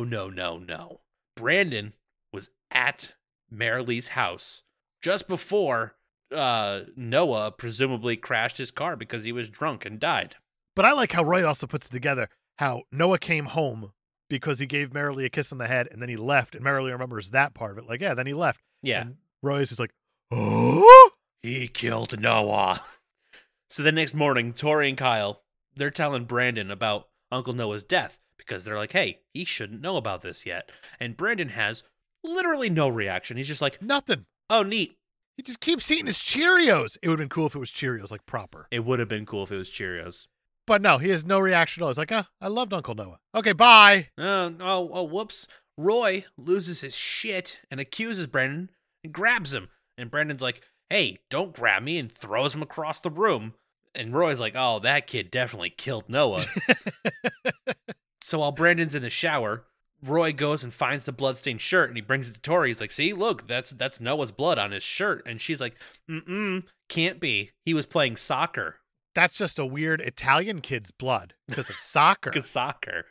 Speaker 3: no, no, no. Brandon was at Marilee's house just before uh, Noah presumably crashed his car because he was drunk and died.
Speaker 1: but I like how Roy also puts it together how Noah came home because he gave Marilee a kiss on the head and then he left. And Marilee remembers that part of it. Like, yeah, then he left.
Speaker 3: Yeah.
Speaker 1: And Roy's just like, oh?
Speaker 3: He killed Noah. [LAUGHS] So the next morning, Tori and Kyle, they're telling Brandon about Uncle Noah's death because they're like, hey, he shouldn't know about this yet. And Brandon has literally no reaction. He's just like,
Speaker 1: Nothing.
Speaker 3: oh, neat.
Speaker 1: He just keeps eating his Cheerios. It would have been cool if it was Cheerios, like proper.
Speaker 3: It would have been cool if it was Cheerios.
Speaker 1: But no, he has no reaction at all. He's like, ah, I loved Uncle Noah. Okay, bye.
Speaker 3: Oh, oh, oh, whoops. Roy loses his shit and accuses Brandon and grabs him. And Brandon's like, hey, don't grab me, and throws him across the room. And Roy's like, oh, that kid definitely killed Noah. so while Brandon's in the shower, Roy goes and finds the bloodstained shirt and he brings it to Tori. He's like, see, look, that's that's Noah's blood on his shirt. And she's like, mm-mm, can't be. He was playing soccer.
Speaker 1: That's just a weird Italian kid's blood because of
Speaker 3: [LAUGHS]
Speaker 1: soccer.
Speaker 3: Because soccer.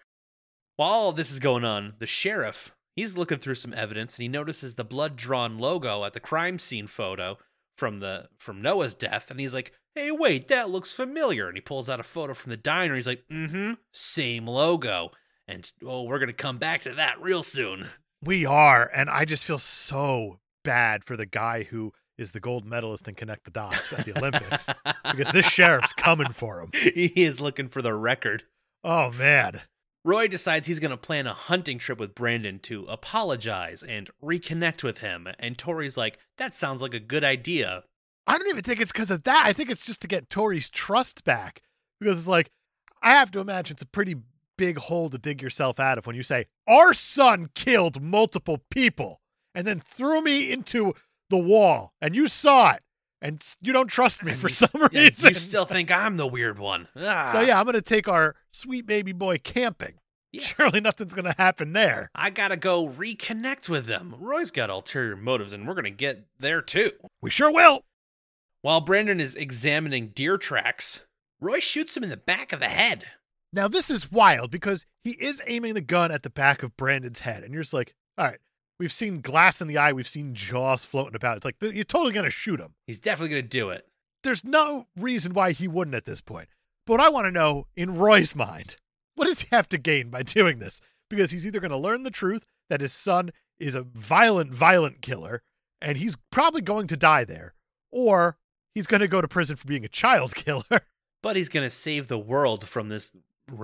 Speaker 3: While all this is going on, the sheriff, he's looking through some evidence and he notices the blood drawn logo at the crime scene photo from the from Noah's death, and he's like, hey, wait, that looks familiar. And he pulls out a photo from the diner. He's like, mm-hmm, same logo. And oh, we're gonna come back to that real soon. [LAUGHS]
Speaker 1: We are, and I just feel so bad for the guy who is the gold medalist and connect the dots at the
Speaker 3: [LAUGHS]
Speaker 1: Olympics because this sheriff's coming for him.
Speaker 3: he is looking for the record.
Speaker 1: Oh man,
Speaker 3: Roy decides he's going to plan a hunting trip with Brandon to apologize and reconnect with him. And Tori's like, that sounds like a good idea.
Speaker 1: I don't even think it's because of that. I think it's just to get Tori's trust back because it's like I have to imagine it's a pretty big hole to dig yourself out of when you say our son killed multiple people and then threw me into the wall and you saw it and s- you don't trust me
Speaker 3: And
Speaker 1: for
Speaker 3: you-
Speaker 1: some
Speaker 3: yeah,
Speaker 1: reason.
Speaker 3: You still think I'm the weird one. Ah.
Speaker 1: [LAUGHS] So yeah, I'm gonna take our sweet baby boy camping.
Speaker 3: Yeah.
Speaker 1: Surely nothing's gonna happen there.
Speaker 3: I got to go reconnect with them. Roy's got ulterior motives, and we're going to get there too.
Speaker 1: We sure will.
Speaker 3: While Brandon is examining deer tracks, Roy shoots him in the back of the head.
Speaker 1: Now this is wild because he is aiming the gun at the back of Brandon's head, and you're just like, all right, we've seen glass in the eye, we've seen jaws floating about. It's like th- you're totally gonna shoot him.
Speaker 3: He's definitely going to do it.
Speaker 1: There's no reason why he wouldn't at this point. But what I want to know, in Roy's mind, [LAUGHS] what does he have to gain by doing this? Because he's either gonna learn the truth that his son is a violent, violent killer, and he's probably going to die there, or he's going to go to prison for being a child [LAUGHS] killer.
Speaker 3: But he's going to save the world from this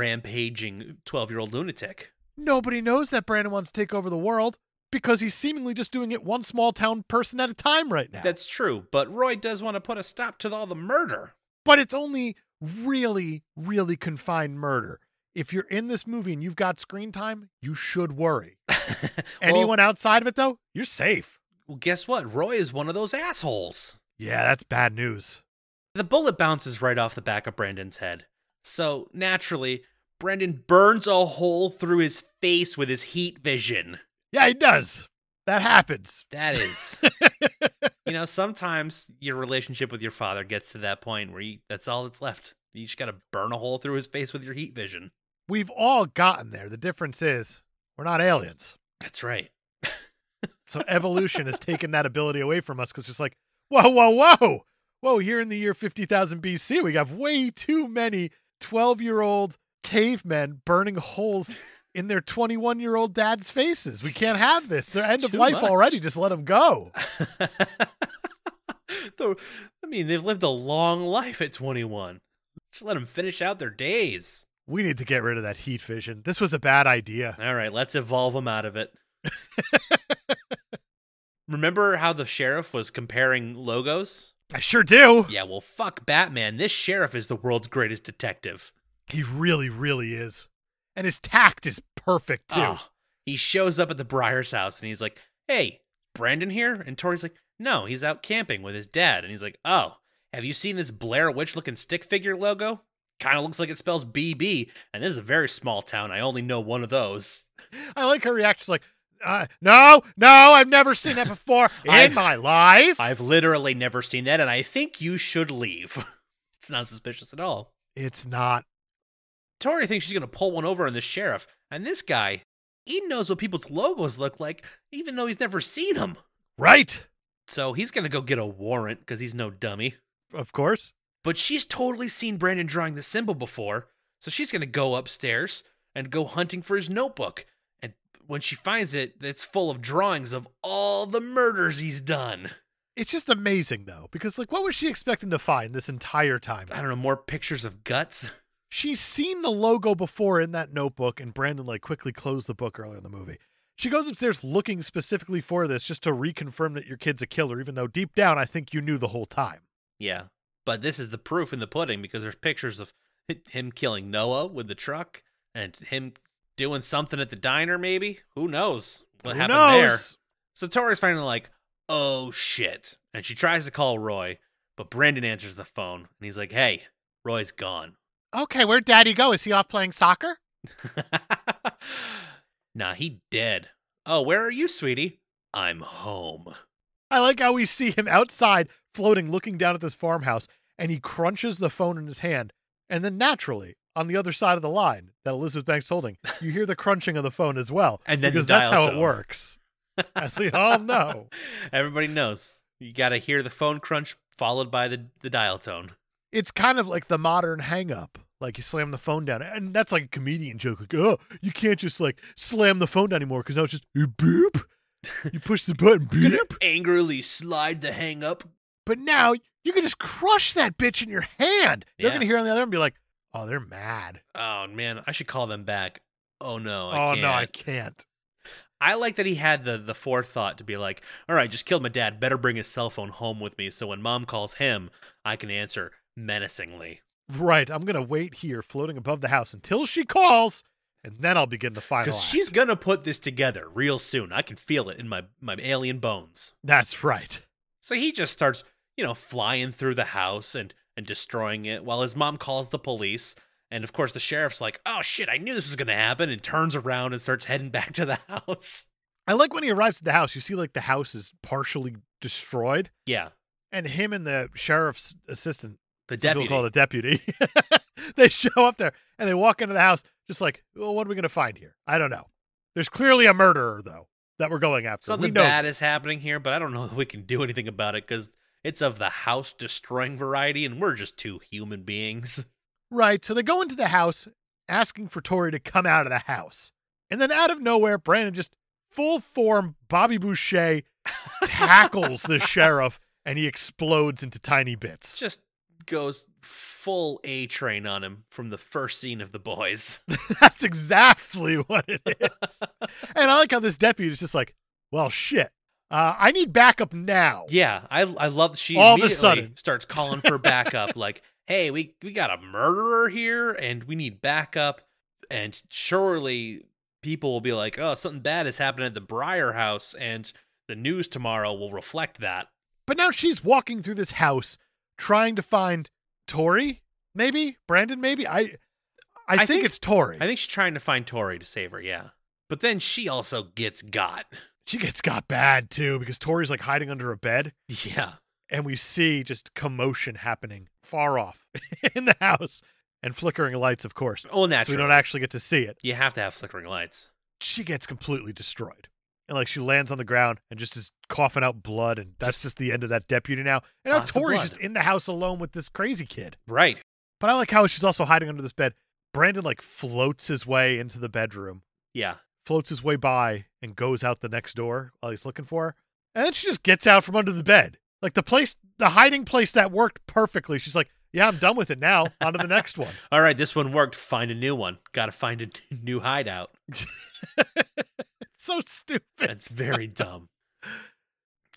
Speaker 3: rampaging 12 year old lunatic.
Speaker 1: Nobody knows that Brandon wants to take over the world because he's seemingly just doing it one small town person at a time right now.
Speaker 3: That's true, but Roy does want to put a stop to all the murder.
Speaker 1: but it's only really, really confined murder. If you're in this movie and you've got screen time, you should worry. Anyone outside of it, though, you're safe.
Speaker 3: Well, guess what? Roy is one of those assholes.
Speaker 1: Yeah, that's bad news.
Speaker 3: The bullet bounces right off the back of Brandon's head. So, naturally, Brandon burns a hole through his face with his heat vision.
Speaker 1: Yeah, he does. That happens.
Speaker 3: That [LAUGHS] is, you know, sometimes your relationship with your father gets to that point where you, that's all that's left. You just got to burn a hole through his face with your heat vision.
Speaker 1: We've all gotten there. The difference is we're not aliens.
Speaker 3: That's right.
Speaker 1: So evolution has taken that ability away from us because it's like, whoa, whoa, whoa. Whoa, here in the year 50,000 BC, we have way too many 12 year old cavemen burning holes in their 21 year old dad's faces. We can't have this. They're
Speaker 3: It's
Speaker 1: end of
Speaker 3: too
Speaker 1: life
Speaker 3: much.
Speaker 1: already. Just let them go.
Speaker 3: [LAUGHS] Though, I mean, they've lived a long life at 21. Just let them finish out their days.
Speaker 1: We need to get rid of that heat vision. This was a bad idea.
Speaker 3: All right, let's evolve them out of it. Remember how the sheriff was comparing logos?
Speaker 1: I sure do.
Speaker 3: Yeah, well, fuck Batman. This sheriff is the world's greatest detective.
Speaker 1: He really, really is. And his tact is perfect, too.
Speaker 3: Oh, he shows up at the Briar's house and he's like, "Hey, Brandon here?" And Tori's like, "No, he's out camping with his dad." And he's like, "Oh, have you seen this Blair Witch looking stick figure logo? Kind of looks like it spells BB, and this is a very small town. I only know one of those."
Speaker 1: I like her reaction. She's like, uh, no, no, I've never seen that
Speaker 3: [LAUGHS]
Speaker 1: before in
Speaker 3: I've-
Speaker 1: my life.
Speaker 3: I've literally never seen that, and I think you should leave. [LAUGHS] it's not suspicious at all.
Speaker 1: It's not.
Speaker 3: Tori thinks she's gonna pull one over on the sheriff, and this guy, he knows what people's logos look like, even though he's never seen them.
Speaker 1: Right.
Speaker 3: So he's gonna go get a warrant because he's no dummy.
Speaker 1: Of course.
Speaker 3: but she's totally seen Brandon drawing the symbol before, so she's going to go upstairs and go hunting for his notebook. And when she finds it, it's full of drawings of all the murders he's done.
Speaker 1: It's just amazing, though, because, like, what was she expecting to find this entire time?
Speaker 3: I don't know, more pictures of guts.
Speaker 1: She's seen the logo before in that notebook, and Brandon, like, quickly closed the book earlier in the movie. She goes upstairs looking specifically for this just to reconfirm that your kid's a killer, even though deep down, I think you knew the whole time.
Speaker 3: Yeah, but this is the proof in the pudding because there's pictures of hi- him killing Noah with the truck and him doing something at the diner, maybe. Who knows what
Speaker 1: Who
Speaker 3: happened there?
Speaker 1: knows?
Speaker 3: So Tori's finally like, oh shit. And she tries to call Roy, but Brandon answers the phone and he's like, hey, Roy's gone. [LAUGHS]
Speaker 1: Okay, where'd daddy go? Is he off playing soccer?
Speaker 3: nah, he dead. Oh, where are you, sweetie? I'm home. [LAUGHS]
Speaker 1: I like how we see him outside floating, looking down at this farmhouse, and he crunches the phone in his hand. And then naturally, on the other side of the line that Elizabeth Banks is holding, you hear the crunching of the phone as well.
Speaker 3: And then the
Speaker 1: because that's
Speaker 3: dial
Speaker 1: how it
Speaker 3: tone. [LAUGHS]
Speaker 1: works. As we all know.
Speaker 3: Everybody knows. You gotta hear the phone crunch followed by the, the dial tone.
Speaker 1: It's kind of like the modern hang up. Like you slam the phone down. And that's like a comedian joke. Like, oh, you can't just like slam the phone down anymore because now it's just boop. You push the button,
Speaker 3: [LAUGHS] Gonna
Speaker 1: boop.
Speaker 3: angrily slide the hang up.
Speaker 1: But now you can just crush that bitch in your hand. They're
Speaker 3: Yeah.
Speaker 1: gonna hear on the other end and be like, oh, they're mad.
Speaker 3: Oh man, I should call them back. Oh no, I
Speaker 1: oh
Speaker 3: can't.
Speaker 1: no, I can't.
Speaker 3: I like that he had the the forethought to be like, all right, just killed my dad. Better bring his cell phone home with me, so when mom calls him, I can answer menacingly.
Speaker 1: Right, I'm gonna wait here, floating above the house until she calls, and then I'll begin the final.
Speaker 3: Because
Speaker 1: act.
Speaker 3: she's gonna put this together real soon. I can feel it in my my alien bones.
Speaker 1: That's right.
Speaker 3: So he just starts, you know, flying through the house and and destroying it while his mom calls the police. And of course, the sheriff's like, "Oh shit, I knew this was gonna happen," and turns around and starts heading [LAUGHS] back to the house.
Speaker 1: I like when he arrives at the house. You see, like the house is partially destroyed,
Speaker 3: Yeah,
Speaker 1: and him and the sheriff's assistant,
Speaker 3: the
Speaker 1: some
Speaker 3: deputy.
Speaker 1: people call it a deputy, [LAUGHS] they show up there and they walk into the house, just like, well, what are we gonna find here? I don't know. There's clearly a murderer though that we're going after. we
Speaker 3: Something
Speaker 1: know
Speaker 3: bad is happening here, but I don't know [LAUGHS] that we can do anything about it because it's of the house destroying variety, and we're just two human beings. [LAUGHS]
Speaker 1: Right. So they go into the house asking for Tori to come out of the house. And then out of nowhere,
Speaker 3: [LAUGHS]
Speaker 1: Brandon just full form Bobby Boucher tackles the sheriff and he explodes into tiny bits.
Speaker 3: just goes full A train on him from the first scene of
Speaker 1: [LAUGHS]
Speaker 3: The Boys.
Speaker 1: That's exactly what it
Speaker 3: [LAUGHS]
Speaker 1: is. and I like how this deputy is just like, well, shit. Uh, I need backup now.
Speaker 3: yeah, I I love she
Speaker 1: All of a
Speaker 3: immediately
Speaker 1: sudden. [LAUGHS]
Speaker 3: starts calling for backup like, "Hey, we we got a murderer here and we need backup." And surely people will be like, "Oh, something bad has happened at the Breyer house and the news tomorrow will reflect that."
Speaker 1: But now she's walking through this house trying to find Tori, maybe? Brandon, maybe? I I, think,
Speaker 3: think-
Speaker 1: it's Tori.
Speaker 3: I think she's trying to find Tori to save her, yeah. But then she also gets got. [LAUGHS]
Speaker 1: she gets got bad too because Tori's like hiding under a bed.
Speaker 3: Yeah.
Speaker 1: and we see just commotion happening far off [LAUGHS] in the house and flickering lights, of course.
Speaker 3: Oh,
Speaker 1: So we
Speaker 3: naturally.
Speaker 1: don't actually get to see it.
Speaker 3: you have to have flickering lights.
Speaker 1: She gets completely destroyed. And like she lands on the ground and just is coughing out blood, and that's just the end of that deputy now. And now
Speaker 3: Lots of
Speaker 1: Tori's
Speaker 3: blood.
Speaker 1: just in the house alone with this crazy kid.
Speaker 3: Right.
Speaker 1: But I like how she's also hiding under this bed. Brandon like floats his way into the bedroom,
Speaker 3: Yeah.
Speaker 1: floats his way by, and goes out the next door while he's looking for her. And then she just gets out from under the bed. Like the place, the hiding place that worked perfectly. She's like, yeah, I'm done with it now. On to the next one.
Speaker 3: All right, this one worked. Find a new one. Got to find a [LAUGHS] new hideout.
Speaker 1: It's [LAUGHS] so stupid.
Speaker 3: That's
Speaker 1: [LAUGHS]
Speaker 3: very dumb.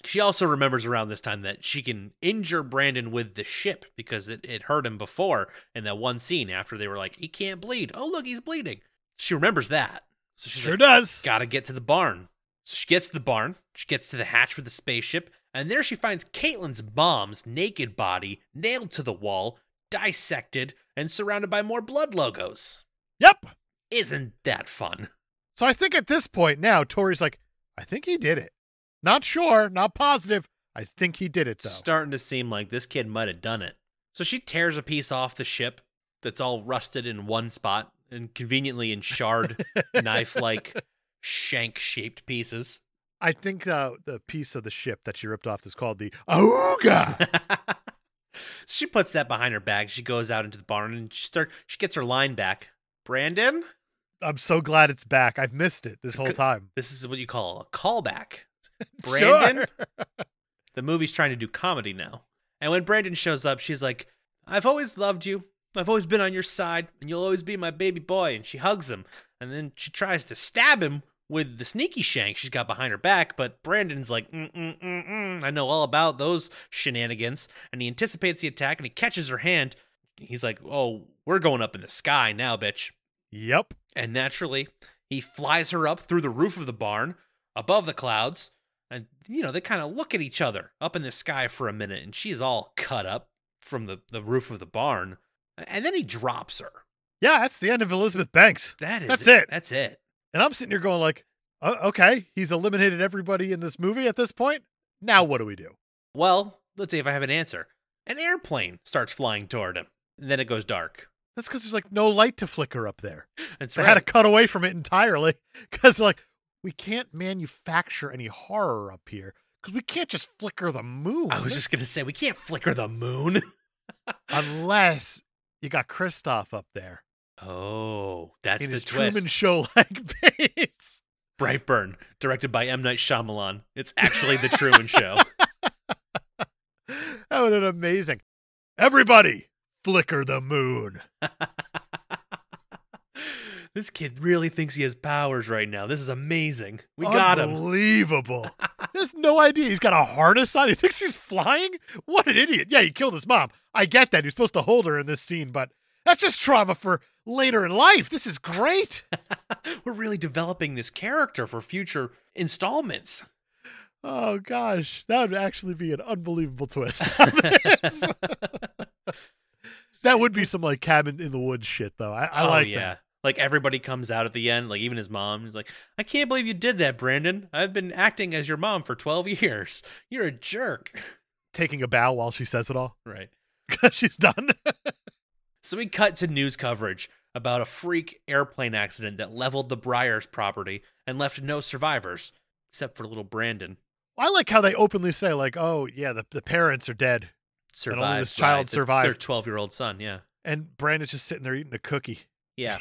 Speaker 3: She also remembers around this time that she can injure Brandon with the ship because it, it hurt him before in that one scene after they were like, he can't bleed. Oh, look, he's bleeding. She remembers that. So she's
Speaker 1: Sure
Speaker 3: like,
Speaker 1: does.
Speaker 3: got to get to the barn. So she gets to the barn. She gets to the hatch with the spaceship. And there she finds Caitlin's mom's naked body nailed to the wall, dissected, and surrounded by more blood logos.
Speaker 1: Yep.
Speaker 3: Isn't that fun?
Speaker 1: So I think at this point now, Tori's like, I think he did it. Not sure, not positive. I think he did it though.
Speaker 3: starting to seem like this kid might have done it. So she tears a piece off the ship that's all rusted in one spot and conveniently in shard knife like shank shaped pieces. [LAUGHS]
Speaker 1: I think uh, the piece of the ship that she ripped off is called the Auga.
Speaker 3: she puts that behind her back. She goes out into the barn and she start she gets her line back. Brandon,
Speaker 1: I'm so glad it's back. I've missed it this whole
Speaker 3: c-
Speaker 1: time.
Speaker 3: this is what you call a callback. Brandon, the movie's trying to do comedy now. And when Brandon shows up, she's like, I've always loved you. I've always been on your side, and you'll always be my baby boy. And she hugs him. And then she tries to stab him with the sneaky shank she's got behind her back. But Brandon's like, "Mm, Mm-mm-mm-mm. I know all about those shenanigans. And he anticipates the attack and he catches her hand. He's like, Oh, we're going up in the sky now, bitch.
Speaker 1: Yep.
Speaker 3: And naturally, he flies her up through the roof of the barn, above the clouds, and you know, they kind of look at each other up in the sky for a minute, and she's all cut up from the, the roof of the barn. And then he drops her.
Speaker 1: Yeah, that's the end of Elizabeth Banks.
Speaker 3: That is
Speaker 1: That's it.
Speaker 3: That's it.
Speaker 1: And I'm sitting here going like, oh, okay, he's eliminated everybody in this movie at this point. Now what do we do?
Speaker 3: Well, let's see if I have an answer. An airplane starts flying toward him, and then it goes dark.
Speaker 1: That's because there's like no light to flicker up there.
Speaker 3: That's
Speaker 1: They
Speaker 3: right.
Speaker 1: had to cut away from it entirely [LAUGHS] because like we can't manufacture any horror up here because we can't just flicker the moon.
Speaker 3: I was just gonna say we can't flicker the moon.
Speaker 1: [LAUGHS]
Speaker 3: [LAUGHS]
Speaker 1: unless you got Kristoff up there
Speaker 3: Oh, that's
Speaker 1: in
Speaker 3: the
Speaker 1: his
Speaker 3: twist.
Speaker 1: Truman Show like [LAUGHS] base.
Speaker 3: Brightburn, directed by M Night Shyamalan. It's actually the Truman Show.
Speaker 1: That would have been amazing. Everybody, flicker the moon.
Speaker 3: this kid really thinks he has powers right now. This is amazing. We got him. [LAUGHS]
Speaker 1: Unbelievable. He has no idea. He's got a harness on. He thinks he's flying. What an idiot. Yeah, he killed his mom. I get that. He was supposed to hold her in this scene, but that's just trauma for later in life. This is
Speaker 3: [LAUGHS]
Speaker 1: great.
Speaker 3: We're really developing this character for future
Speaker 1: [LAUGHS]
Speaker 3: installments. [LAUGHS]
Speaker 1: Oh, gosh. That would actually be an unbelievable
Speaker 3: [LAUGHS]
Speaker 1: twist. on this. that would be some like cabin in the woods shit, though. I, I
Speaker 3: Oh,
Speaker 1: like
Speaker 3: yeah.
Speaker 1: that.
Speaker 3: Like everybody comes out at the end, like even his mom is like, I can't believe you did that, Brandon. I've been acting as your mom for 12 [LAUGHS] years. You're a jerk. [LAUGHS]
Speaker 1: Taking a bow while she says it all [LAUGHS]
Speaker 3: Right.
Speaker 1: because she's done. [LAUGHS]
Speaker 3: So we cut to news coverage about a freak airplane accident that leveled the Briars property and left no survivors, except for little Brandon.
Speaker 1: I like how they openly say, like, oh, yeah, the, the parents are dead.
Speaker 3: Survived.
Speaker 1: this child
Speaker 3: by
Speaker 1: survived.
Speaker 3: Their 12 year old son, yeah.
Speaker 1: And Brandon's just sitting there eating a cookie.
Speaker 3: Yeah.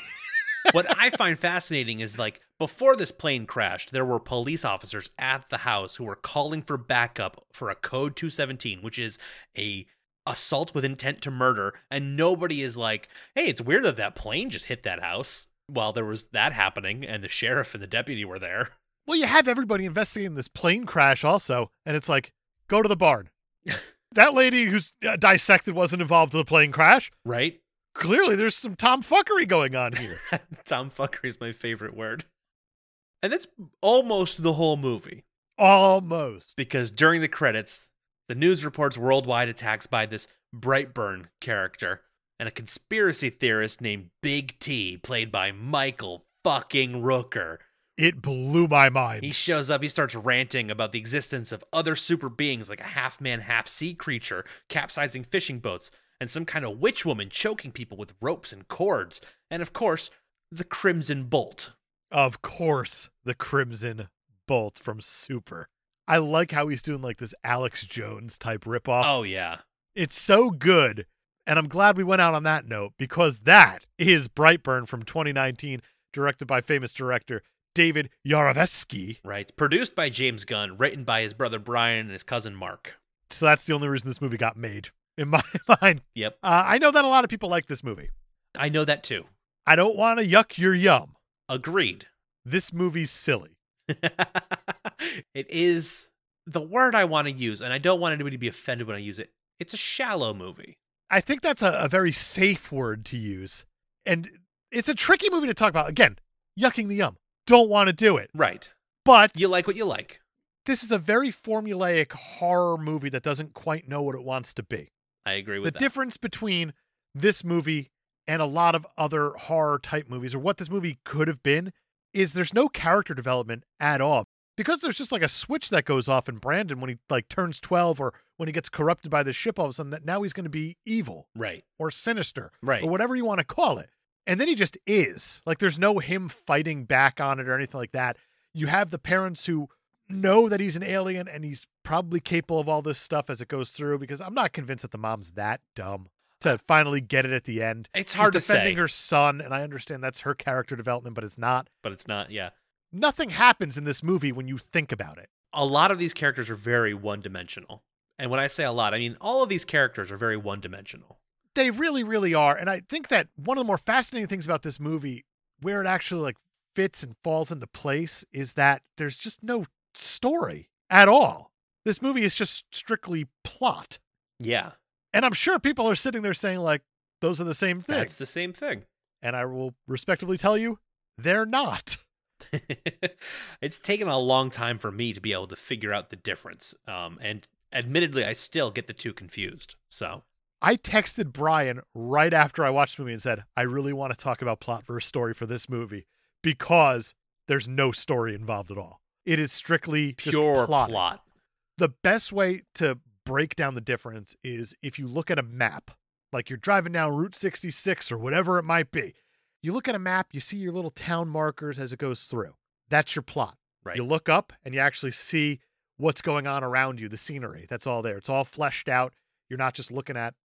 Speaker 3: what I find fascinating is like before this plane crashed, there were police officers at the house who were calling for backup for a code 217, which is a assault with intent to murder, and nobody is like, "Hey, it's weird that that plane just hit that house." While there was that happening and the sheriff and the deputy were there.
Speaker 1: Well, you have everybody investigating this plane crash also, and it's like, go to the barn. that lady who's uh, dissected wasn't involved in the plane crash.
Speaker 3: Right? [LAUGHS]
Speaker 1: Clearly, there's some tomfuckery going on here.
Speaker 3: Tomfuckery is my favorite word. And that's almost the whole movie.
Speaker 1: Almost.
Speaker 3: because during the credits, the news reports worldwide attacks by this Brightburn character and a conspiracy theorist named Big T, played by Michael fucking Rooker.
Speaker 1: It blew my mind.
Speaker 3: He shows up, he starts ranting about the existence of other super beings like a half man, half sea creature, capsizing fishing boats, and some kind of witch woman choking people with ropes and cords, and of course, the Crimson Bolt.
Speaker 1: of course, the Crimson Bolt from Super. I like how he's doing like this Alex Jones type ripoff.
Speaker 3: Oh, yeah.
Speaker 1: It's so good. And I'm glad we went out on that note because that is Brightburn from 2019, directed by famous director David Yarovesky.
Speaker 3: Right. Produced by James Gunn, written by his brother Brian and his cousin Mark.
Speaker 1: So that's the only reason this movie got made in my [LAUGHS] mind.
Speaker 3: Yep.
Speaker 1: Uh, I know that a lot of people like this movie.
Speaker 3: I know that too.
Speaker 1: I don't want to yuck your yum.
Speaker 3: Agreed. [LAUGHS]
Speaker 1: This movie's silly.
Speaker 3: it is the word I want to use, and I don't want anybody to be offended when I use it. It's a shallow movie.
Speaker 1: I think that's a, a very safe word to use. And it's a tricky movie to talk about. Again, yucking the yum. Don't want to do it.
Speaker 3: Right.
Speaker 1: But
Speaker 3: You like what you like.
Speaker 1: this is a very formulaic horror movie that doesn't quite know what it wants to be.
Speaker 3: I agree
Speaker 1: the
Speaker 3: with that.
Speaker 1: difference between this movie and a lot of other horror type movies or what this movie could have been is there's no character development at all because there's just like a switch that goes off in brandon when he like turns 12 or when he gets corrupted by the ship all of a sudden that now he's going to be evil
Speaker 3: right.
Speaker 1: or sinister
Speaker 3: Right.
Speaker 1: or whatever you want to call it and then he just is like there's no him fighting back on it or anything like that you have the parents who know that he's an alien and he's probably capable of all this stuff as it goes through because i'm not convinced that the mom's that dumb to finally get it at the end
Speaker 3: It's hard to
Speaker 1: She's defending
Speaker 3: say,
Speaker 1: her son and i understand that's her character development but it's not
Speaker 3: but it's not. Yeah.
Speaker 1: nothing happens in this movie when you think about it
Speaker 3: A lot of these characters are very one dimensional. And when I say a lot, I mean all of these characters are very one dimensional.
Speaker 1: they really really are and i think that one of the more fascinating things about this movie where it actually like fits and falls into place is that there's just no story at all this movie is just strictly plot
Speaker 3: Yeah.
Speaker 1: and i'm sure people are sitting there saying like those are the same thing
Speaker 3: That's the same thing. [LAUGHS]
Speaker 1: and i will respectfully tell you they're not
Speaker 3: it's taken a long time for me to be able to figure out the difference. Um, and admittedly, I still get the two confused. So
Speaker 1: i texted brian right after i watched the movie and said i really want to talk about plot versus story for this movie because there's no story involved at all it is strictly just
Speaker 3: pure
Speaker 1: plot.
Speaker 3: plot.
Speaker 1: the best way to break down the difference is if you look at a map, like you're driving down Route 66 or whatever it might be. You look at a map, you see your little town markers as it goes through. That's your plot.
Speaker 3: Right.
Speaker 1: You look up and you actually see what's going on around you, the scenery. That's all there. It's all fleshed out. You're not just looking at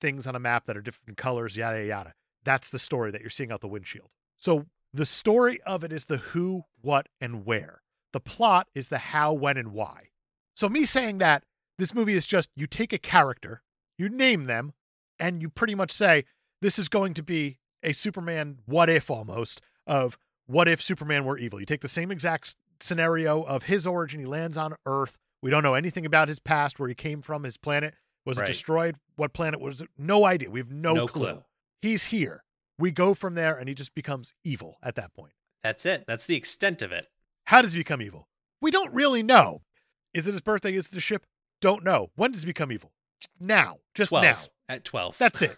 Speaker 1: things on a map that are different colors, yada, yada, yada. That's the story that you're seeing out the windshield. So the story of it is the who, what, and where. The plot is the how, when, and why. So me saying that this movie is just you take a character, you name them, and you pretty much say this is going to be a Superman what if almost of what if Superman were evil. You take the same exact s- scenario of his origin, he lands on Earth. We don't know anything about his past, where he came from, his planet. Was
Speaker 3: Right.
Speaker 1: it destroyed? What planet was it? No idea. We have no,
Speaker 3: No
Speaker 1: clue.
Speaker 3: clue.
Speaker 1: He's here. We go from there and he just becomes evil at that point.
Speaker 3: That's it. That's the extent of it.
Speaker 1: How does he become evil? We don't really know. Is it his birthday? Is it the ship? Don't know. When does he become evil? Now. Just
Speaker 3: 12
Speaker 1: now.
Speaker 3: at 12.
Speaker 1: That's it.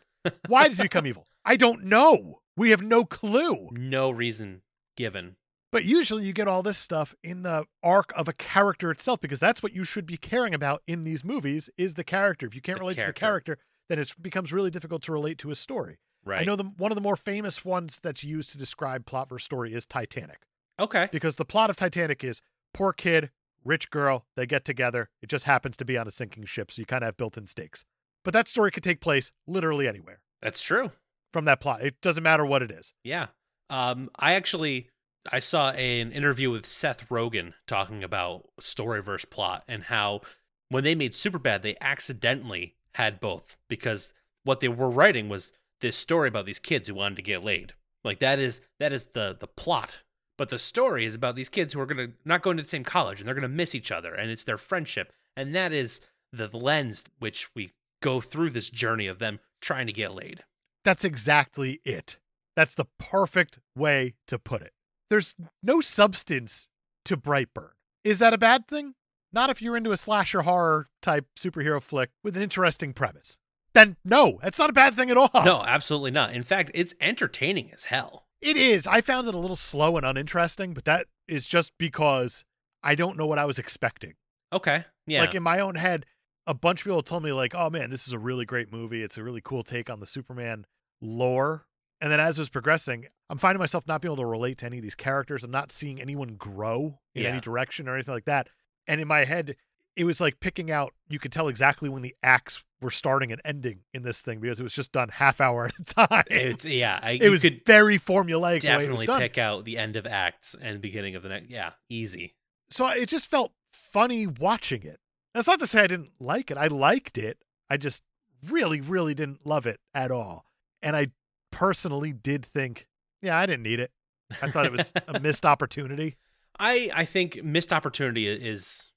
Speaker 1: Why does he become evil? I don't know. We have no clue.
Speaker 3: no reason given.
Speaker 1: But usually you get all this stuff in the arc of a character itself because that's what you should be caring about in these movies is the character. If you can't
Speaker 3: The
Speaker 1: relate to the
Speaker 3: character.
Speaker 1: character, then it becomes really difficult to relate to a story.
Speaker 3: Right.
Speaker 1: I know the, one of the more famous ones that's used to describe plot versus story is Titanic.
Speaker 3: Okay.
Speaker 1: because the plot of Titanic is poor kid, rich girl, they get together. It just happens to be on a sinking ship, so you kind of have built in stakes. But that story could take place literally anywhere
Speaker 3: That's true.
Speaker 1: from that plot. It doesn't matter what it is.
Speaker 3: Yeah. Um, I actually I saw an interview with Seth Rogen talking about story versus plot and how when they made Superbad, they accidentally had both because what they were writing was this story about these kids who wanted to get laid. Like that is that is the the plot. But the story is about these kids who are gonna not going to the same college and they're gonna miss each other and it's their friendship. And that is the lens which we go through this journey of them trying to get laid.
Speaker 1: That's exactly it. That's the perfect way to put it. There's no substance to Brightburn. Is that a bad thing? Not if you're into a slasher horror type superhero flick with an interesting premise. Then no, that's not a bad thing at all.
Speaker 3: No, absolutely not. In fact, it's entertaining as hell.
Speaker 1: It is. I found it a little slow and uninteresting, but that is just because I don't know what I was expecting.
Speaker 3: Okay.
Speaker 1: [LAUGHS]
Speaker 3: Yeah.
Speaker 1: Like in my own head, a bunch of people told me like, "Oh man, this is a really great movie. It's a really cool take on the Superman lore." And then as it was progressing, I'm finding myself not being able to relate to any of these characters. I'm not seeing anyone grow in
Speaker 3: Yeah.
Speaker 1: any direction or anything like that. And in my head, it was like picking out. You could tell exactly when the acts were starting and ending in this thing because it was just done half hour at a time.
Speaker 3: it's yeah. I,
Speaker 1: it was
Speaker 3: you could
Speaker 1: very formulaic the way it was
Speaker 3: definitely
Speaker 1: done.
Speaker 3: pick out the end of acts and beginning of the next. Yeah, easy.
Speaker 1: so it just felt funny watching it. That's not to say I didn't like it. I liked it. I just really, really didn't love it at all. And I personally did think, yeah, I didn't need it. I thought it was
Speaker 3: [LAUGHS]
Speaker 1: a missed opportunity.
Speaker 3: I I think missed opportunity i- is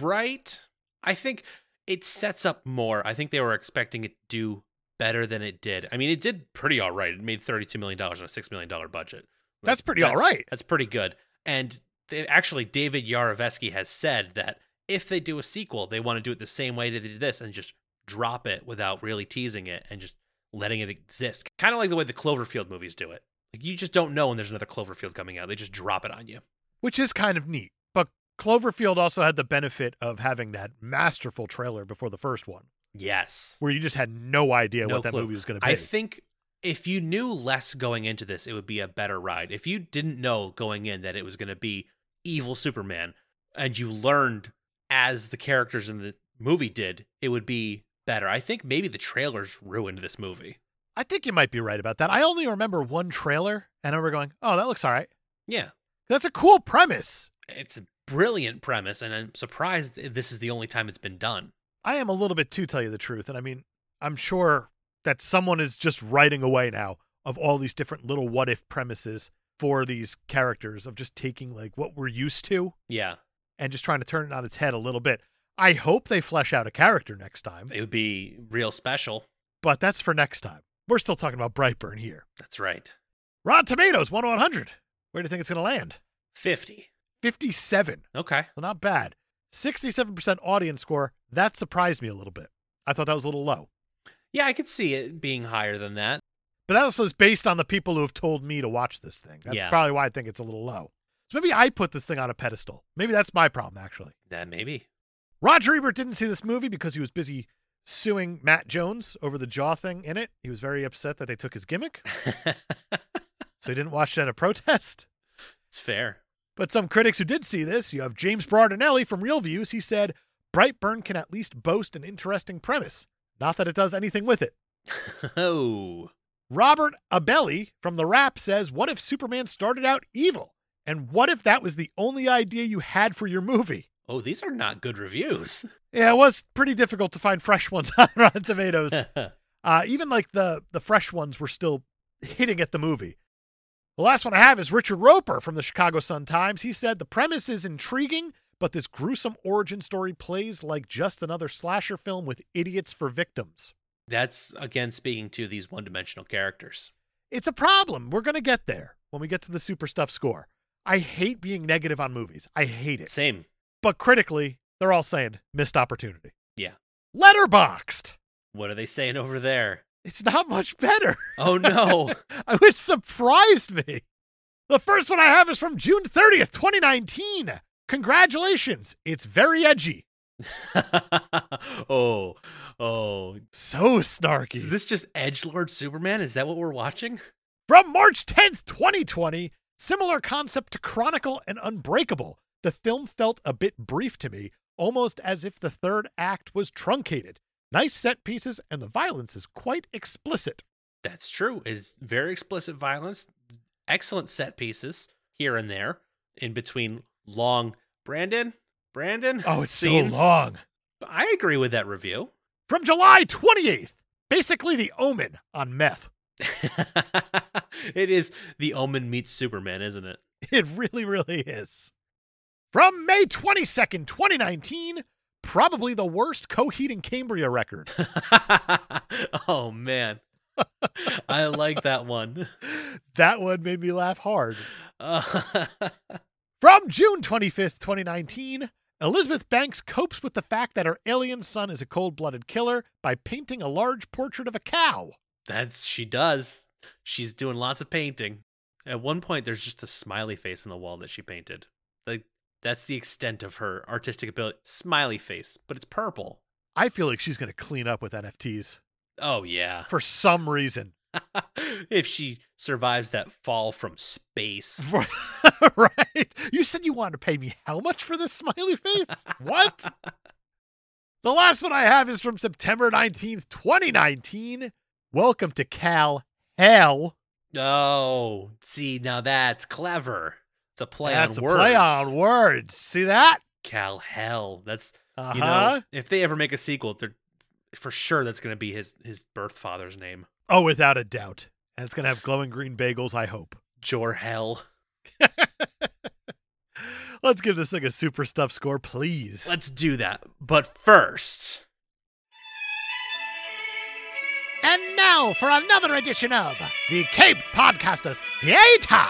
Speaker 3: right. I think it sets up more. I think they were expecting it to do better than it did. I mean, it did pretty all right. It made thirty-two million dollars on a six million dollar budget. Like,
Speaker 1: That's pretty all right.
Speaker 3: That's pretty good. And they, actually, David Yaroveski has said that if they do a sequel, they want to do it the same way that they did this and just drop it without really teasing it and just letting it exist. Kind of like the way the Cloverfield movies do it. Like you just don't know when there's another Cloverfield coming out. They just drop it on you.
Speaker 1: which is kind of neat. But Cloverfield also had the benefit of having that masterful trailer before the first one,
Speaker 3: Yes.
Speaker 1: where you just had no idea
Speaker 3: No
Speaker 1: what that
Speaker 3: clue.
Speaker 1: movie was going to be.
Speaker 3: I think if you knew less going into this, it would be a better ride. If you didn't know going in that it was going to be evil Superman and you learned as the characters in the movie did, it would be better. I think maybe the trailers ruined this movie.
Speaker 1: I think you might be right about that. I only remember one trailer, and I remember going, "Oh, that looks all right.
Speaker 3: Yeah.
Speaker 1: That's a cool premise."
Speaker 3: It's a brilliant premise, and I'm surprised this is the only time it's been done.
Speaker 1: I am a little bit too, tell you the truth. And I mean, I'm sure that someone is just writing away now of all these different little what if premises for these characters of just taking like what we're used to
Speaker 3: Yeah.
Speaker 1: and just trying to turn it on its head a little bit. I hope they flesh out a character next time,
Speaker 3: It would be real special.
Speaker 1: but that's for next time. We're still talking about Brightburn here.
Speaker 3: That's right.
Speaker 1: Rotten Tomatoes, 1 to 100. Where do you think it's going to land?
Speaker 3: 50.
Speaker 1: 57.
Speaker 3: Okay.
Speaker 1: So not bad. 67% audience score. That surprised me a little bit. I thought that was a little low.
Speaker 3: Yeah, I could see it being higher than that.
Speaker 1: But that also is based on the people who have told me to watch this thing. That's
Speaker 3: Yeah.
Speaker 1: probably why I think it's a little low. So maybe I put this thing on a pedestal. Maybe that's my problem, actually.
Speaker 3: That maybe.
Speaker 1: Roger Ebert didn't see this movie because he was busy suing Matt Jones over the jaw thing in it. He was very upset that they took his gimmick, so he didn't watch it at a protest.
Speaker 3: It's fair.
Speaker 1: But some critics who did see this, you have James Bardinelli from Real Views. He said, Brightburn can at least boast an interesting premise. Not that it does anything with it.
Speaker 3: oh,
Speaker 1: Robert Abelli from The Rap says, What if Superman started out evil? And what if that was the only idea you had for your movie?
Speaker 3: oh, these are not
Speaker 1: [LAUGHS]
Speaker 3: good reviews.
Speaker 1: Yeah, it was pretty difficult to find fresh [LAUGHS] ones on Rotten Tomatoes. Uh, even like the, the fresh ones were still hitting at the movie. The last one I have is Richard Roper from the Chicago Sun Times. He said, The premise is intriguing, but this gruesome origin story plays like just another slasher film with idiots for victims.
Speaker 3: That's again speaking to these one-dimensional characters.
Speaker 1: it's a problem. We're going to get there when we get to the super stuff score. I hate being negative on movies. I hate it.
Speaker 3: Same.
Speaker 1: But critically, they're all saying missed opportunity.
Speaker 3: Yeah.
Speaker 1: Letterboxed.
Speaker 3: What are they saying over there?
Speaker 1: It's not much better, [LAUGHS]
Speaker 3: Oh no. [LAUGHS]
Speaker 1: which surprised me. The first one I have is from June 30th, 2019. Congratulations. It's very edgy.
Speaker 3: oh, oh.
Speaker 1: So snarky.
Speaker 3: Is this just Edge Lord Superman? Is that what we're watching?
Speaker 1: From March 10th, 2020, similar concept to Chronicle and Unbreakable, the film felt a bit brief to me, almost as if the third act was truncated. Nice set pieces, and the violence is quite explicit.
Speaker 3: That's true. It's very explicit violence. excellent set pieces here and there in between long Brandon, Brandon.
Speaker 1: Oh, it's
Speaker 3: scenes.
Speaker 1: so long.
Speaker 3: I agree with that review.
Speaker 1: From July 28th, basically the omen on meth. [LAUGHS]
Speaker 3: [LAUGHS] it is the Omen meets Superman, isn't it? [LAUGHS]
Speaker 1: It really, really is. From May 22nd, 2019, probably the worst Coheed and Cambria record.
Speaker 3: oh man, I like that one.
Speaker 1: [LAUGHS]
Speaker 3: [LAUGHS]
Speaker 1: that one made me laugh hard.
Speaker 3: Uh,
Speaker 1: From June 25th, 2019, Elizabeth Banks copes with the fact that her alien son is a cold blooded killer by painting a large portrait of a cow.
Speaker 3: that's she does. She's doing lots of painting. At one point, there's just a smiley face on the wall that she painted. Like that's the extent of her artistic ability. Smiley face, but it's purple.
Speaker 1: I feel like she's going to clean up with NFTs
Speaker 3: Oh yeah. [LAUGHS]
Speaker 1: for some reason.
Speaker 3: if she survives that fall from space.
Speaker 1: right? You said you wanted to pay me how much for this smiley face?
Speaker 3: [LAUGHS]
Speaker 1: What? the last one I have is from September 19th, 2019. Welcome to Cal Hell.
Speaker 3: Oh, see, now that's clever. It's a play
Speaker 1: That's
Speaker 3: on
Speaker 1: a
Speaker 3: words.
Speaker 1: play on words. See that?
Speaker 3: Cal Hell. That's
Speaker 1: Uh
Speaker 3: you
Speaker 1: huh.
Speaker 3: know, if they ever make a sequel, they're for sure that's going to be his his birth father's name,
Speaker 1: Oh, without a doubt. And it's going to have glowing green bagels, I hope.
Speaker 3: Jor Hell. [LAUGHS]
Speaker 1: Let's give this thing a super stuff score, please.
Speaker 3: Let's do that. But first,
Speaker 1: And now for another edition of the Cape Podcasters Theater.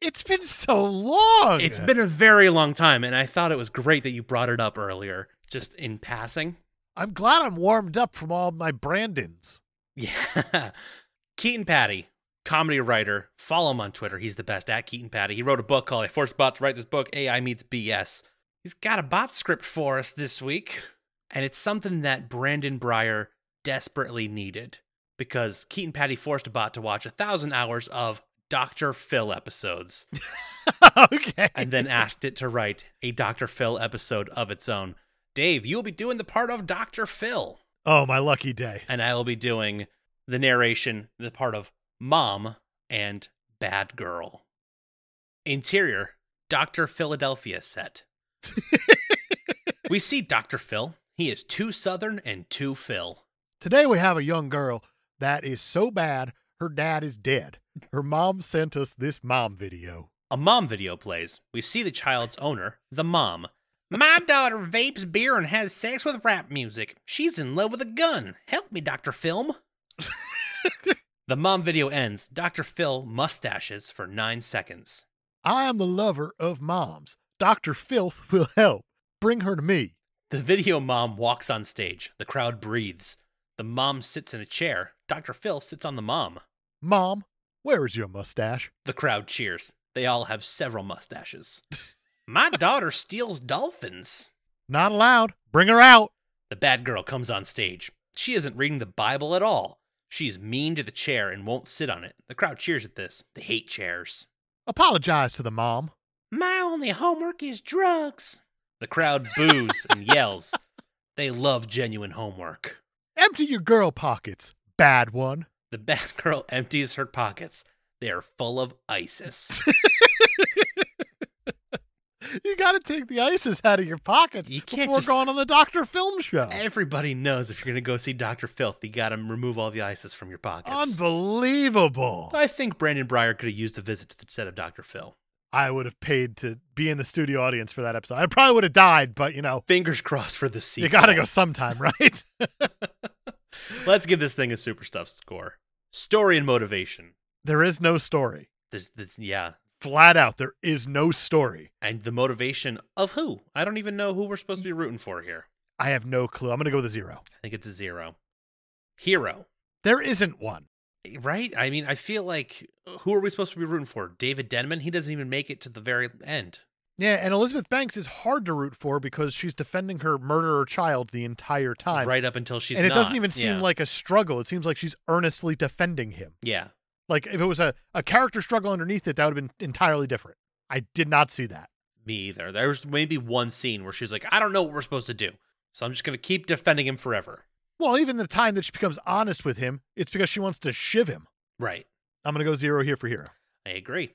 Speaker 1: It's been so long.
Speaker 3: it's been a very long time, and I thought it was great that you brought it up earlier, just in passing.
Speaker 1: I'm glad I'm warmed up from all my Brandons.
Speaker 3: Yeah. [LAUGHS] Keaton Patty, comedy writer. Follow him on Twitter. He's the best at Keaton Patty. He wrote a book called I Forced Bot to Write This Book AI Meets BS. He's got a bot script for us this week, and it's something that Brandon Breyer desperately needed because Keaton Patty forced a bot to watch a thousand hours of Dr. Phil episodes
Speaker 1: [LAUGHS] okay. [LAUGHS]
Speaker 3: and then asked it to write a Dr. Phil episode of its own. Dave, you'll be doing the part of Dr. Phil
Speaker 1: Oh, my lucky day.
Speaker 3: and I will be doing the narration, the part of Mom and Bad Girl. Interior, Dr. Philadelphia set. we see Dr. Phil. He is too Southern and too Phil.
Speaker 1: Today we have a young girl that is so bad her dad is dead. Her mom sent us this mom video.
Speaker 3: A mom video plays. We see the child's owner, the mom. My daughter vapes beer and has sex with rap music. She's in love with a gun. Help me, Dr. Film. the mom video ends. Dr. Phil mustaches for nine seconds.
Speaker 1: I am the lover of moms. Dr. Filth will help. Bring her to me.
Speaker 3: The video mom walks on stage. The crowd breathes. The mom sits in a chair. Dr. Phil sits on the mom.
Speaker 1: Mom, where is your mustache?
Speaker 3: The crowd cheers. They all have several mustaches. My daughter steals dolphins.
Speaker 1: Not allowed. Bring her out.
Speaker 3: The bad girl comes on stage. She isn't reading the Bible at all. She's mean to the chair and won't sit on it. The crowd cheers at this. They hate chairs.
Speaker 1: Apologize to the mom.
Speaker 3: My only homework is drugs. The crowd boos and yells. They love genuine homework.
Speaker 1: Empty your girl pockets. Bad one.
Speaker 3: The bad [LAUGHS] girl empties her pockets. They are full of [LAUGHS] ISIS.
Speaker 1: You gotta take the ISIS out of your pockets
Speaker 3: You can't
Speaker 1: before
Speaker 3: just-
Speaker 1: going on the Dr. Film show.
Speaker 3: Everybody knows if you're going to go see Dr. Filth, you got to remove all the ISIS from your pockets.
Speaker 1: Unbelievable.
Speaker 3: I think Brandon Breyer could have used a visit to the set of Dr. Phil.
Speaker 1: I would have paid to be in the studio audience for that episode. I probably would have died, but you know,
Speaker 3: Fingers [LAUGHS] crossed for the sequel.
Speaker 1: you gotta go sometime, [LAUGHS] right?
Speaker 3: Let's give this thing a super stuff score. Story and motivation.
Speaker 1: there is no story.
Speaker 3: This, this, yeah.
Speaker 1: Flat out, there is no story.
Speaker 3: And the motivation of who? I don't even know who we're supposed to be rooting for here.
Speaker 1: I have no clue. I'm gonna go with a zero.
Speaker 3: I think it's a zero. Hero.
Speaker 1: There isn't one.
Speaker 3: Eh, Right? I mean, I feel like uh, who are we supposed to be rooting for? David Denman? He doesn't even make it to the very end.
Speaker 1: Yeah, and Elizabeth Banks is hard to root for because she's defending her murderer child the entire time.
Speaker 3: right up until she's
Speaker 1: and it
Speaker 3: not.
Speaker 1: doesn't even seem
Speaker 3: Yeah.
Speaker 1: like a struggle. It seems like she's earnestly defending him.
Speaker 3: Yeah.
Speaker 1: Like if it was a, a character struggle underneath it, that would have been entirely different. I did not see that.
Speaker 3: Me either. There was maybe one scene where she's like, I don't know what we're supposed to do. So I'm just going to keep defending him forever.
Speaker 1: Well, even the time that she becomes honest with him, it's because she wants to shiv him.
Speaker 3: Right.
Speaker 1: I'm gonna go zero here for hero.
Speaker 3: I agree.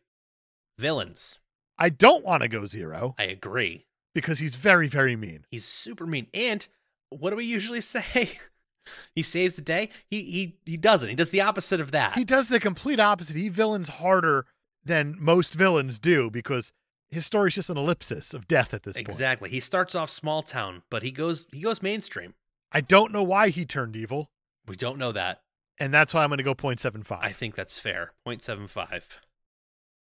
Speaker 3: Villains.
Speaker 1: I don't want to go zero
Speaker 3: I agree.
Speaker 1: because he's very, very mean.
Speaker 3: He's super mean. And what do we usually [LAUGHS] say? he saves the day. He he he doesn't. He does the opposite of that.
Speaker 1: He does the complete opposite. He villains harder than most villains do because his story's just an ellipsis of death at this point.
Speaker 3: exactly. He starts off small town, but he goes he goes mainstream.
Speaker 1: I don't know why he turned evil,
Speaker 3: We don't know that.
Speaker 1: and that's why I'm gonna go 0.75.
Speaker 3: I think that's fair. 0.75.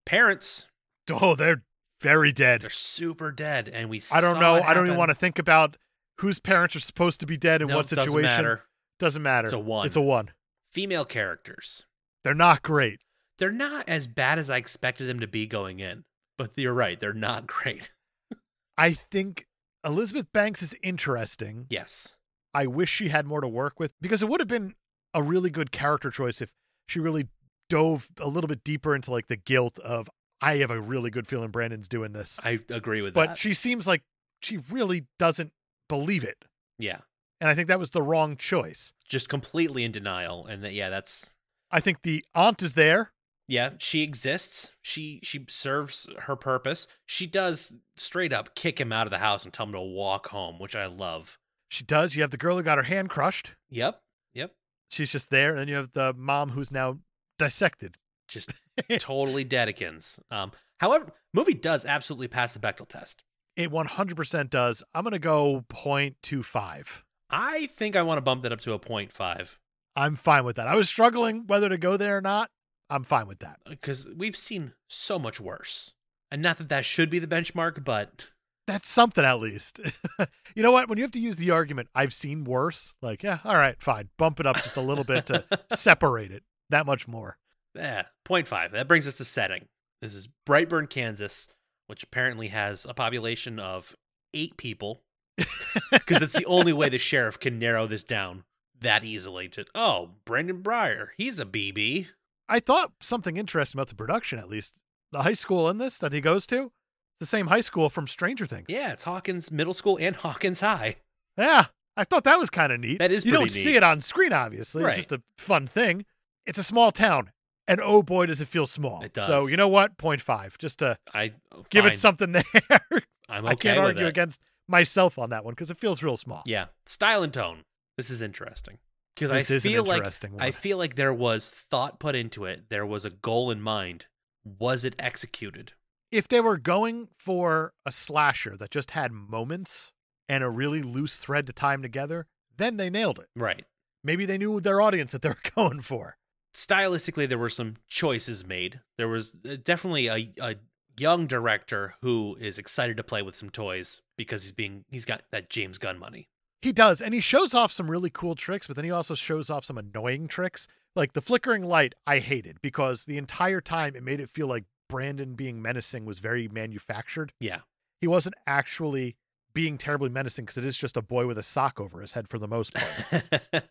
Speaker 3: Parents,
Speaker 1: [LAUGHS] oh, they're very dead.
Speaker 3: they're super dead, and we.
Speaker 1: I don't know. I don't even want to think about whose parents are supposed to be dead in
Speaker 3: no,
Speaker 1: what
Speaker 3: it doesn't
Speaker 1: situation.
Speaker 3: matter.
Speaker 1: Doesn't matter.
Speaker 3: It's a one.
Speaker 1: It's a one.
Speaker 3: Female characters,
Speaker 1: They're not great.
Speaker 3: they're not as bad as I expected them to be going in. But you're right, they're not [LAUGHS] great.
Speaker 1: I think Elizabeth Banks is interesting.
Speaker 3: Yes,
Speaker 1: I wish she had more to work with because it would have been a really good character choice if she really dove a little bit deeper into like the guilt of I have a really good feeling Brandon's doing this.
Speaker 3: I agree with
Speaker 1: But
Speaker 3: that.
Speaker 1: she seems like she really doesn't believe it.
Speaker 3: yeah,
Speaker 1: And I think that was the wrong choice.
Speaker 3: just completely in denial, and that yeah, that's
Speaker 1: I think the aunt is there.
Speaker 3: yeah. She exists. She she serves her purpose. She does straight up kick him out of the house and tell him to walk home, which I love.
Speaker 1: She does. You have the girl who got her hand crushed.
Speaker 3: Yep, yep.
Speaker 1: She's just there. And then you have the mom who's now dissected.
Speaker 3: just totally dedikins. Um, however, movie does absolutely pass the Bechtel test.
Speaker 1: It 100% does. I'm going to go 0.25.
Speaker 3: I think I want to bump that up to a 0.5
Speaker 1: I'm fine with that. I was struggling whether to go there or not. I'm fine with that.
Speaker 3: because uh, we've seen so much worse. And not that that should be the benchmark, but
Speaker 1: That's something at least. [LAUGHS] you know what? When you have to use the argument, I've seen worse, like, yeah, all right, fine. Bump it up just a little bit
Speaker 3: [LAUGHS]
Speaker 1: to separate it that much more.
Speaker 3: yeah, 0.5. eh, That brings us to setting. This is Brightburn, Kansas, which apparently has a population of eight people because it's the only way the sheriff can narrow this down that easily to, oh, Brandon Breyer, he's a BB.
Speaker 1: I thought something interesting about the production, at least. The high school in this that he goes to, the same high school from Stranger Things.
Speaker 3: Yeah, it's Hawkins Middle School and Hawkins High.
Speaker 1: Yeah, I thought that was kind of neat.
Speaker 3: That is
Speaker 1: You don't
Speaker 3: pretty
Speaker 1: see
Speaker 3: neat.
Speaker 1: it on screen, obviously.
Speaker 3: Right.
Speaker 1: It's just a fun thing. It's a small town, and oh boy, does it feel small.
Speaker 3: It
Speaker 1: So
Speaker 3: does.
Speaker 1: you know what? 0.5, just to
Speaker 3: I
Speaker 1: give
Speaker 3: fine.
Speaker 1: it something there. [LAUGHS]
Speaker 3: I'm okay
Speaker 1: I can't
Speaker 3: with
Speaker 1: argue
Speaker 3: it.
Speaker 1: against myself on that one because it feels real small.
Speaker 3: Yeah, style and tone. This is interesting because I
Speaker 1: This is an
Speaker 3: feel like
Speaker 1: interesting one.
Speaker 3: I feel like there was thought put into it. There was a goal in mind. Was it executed?
Speaker 1: if they were going for a slasher that just had moments and a really loose thread to time together, then they nailed it.
Speaker 3: Right.
Speaker 1: Maybe they knew their audience that they were [LAUGHS] going for.
Speaker 3: Stylistically, there were some choices made. There was uh, definitely a, a young director who is excited to play with some toys because he's being he's got that James Gunn money. [LAUGHS]
Speaker 1: He does, and he shows off some really cool tricks, but then he also shows off some annoying tricks. Like the flickering light, I hated because the entire time it made it feel like Brandon being menacing was very manufactured.
Speaker 3: Yeah.
Speaker 1: He wasn't actually being terribly menacing because it is just a boy with a sock over his head for the most
Speaker 3: [LAUGHS]
Speaker 1: part.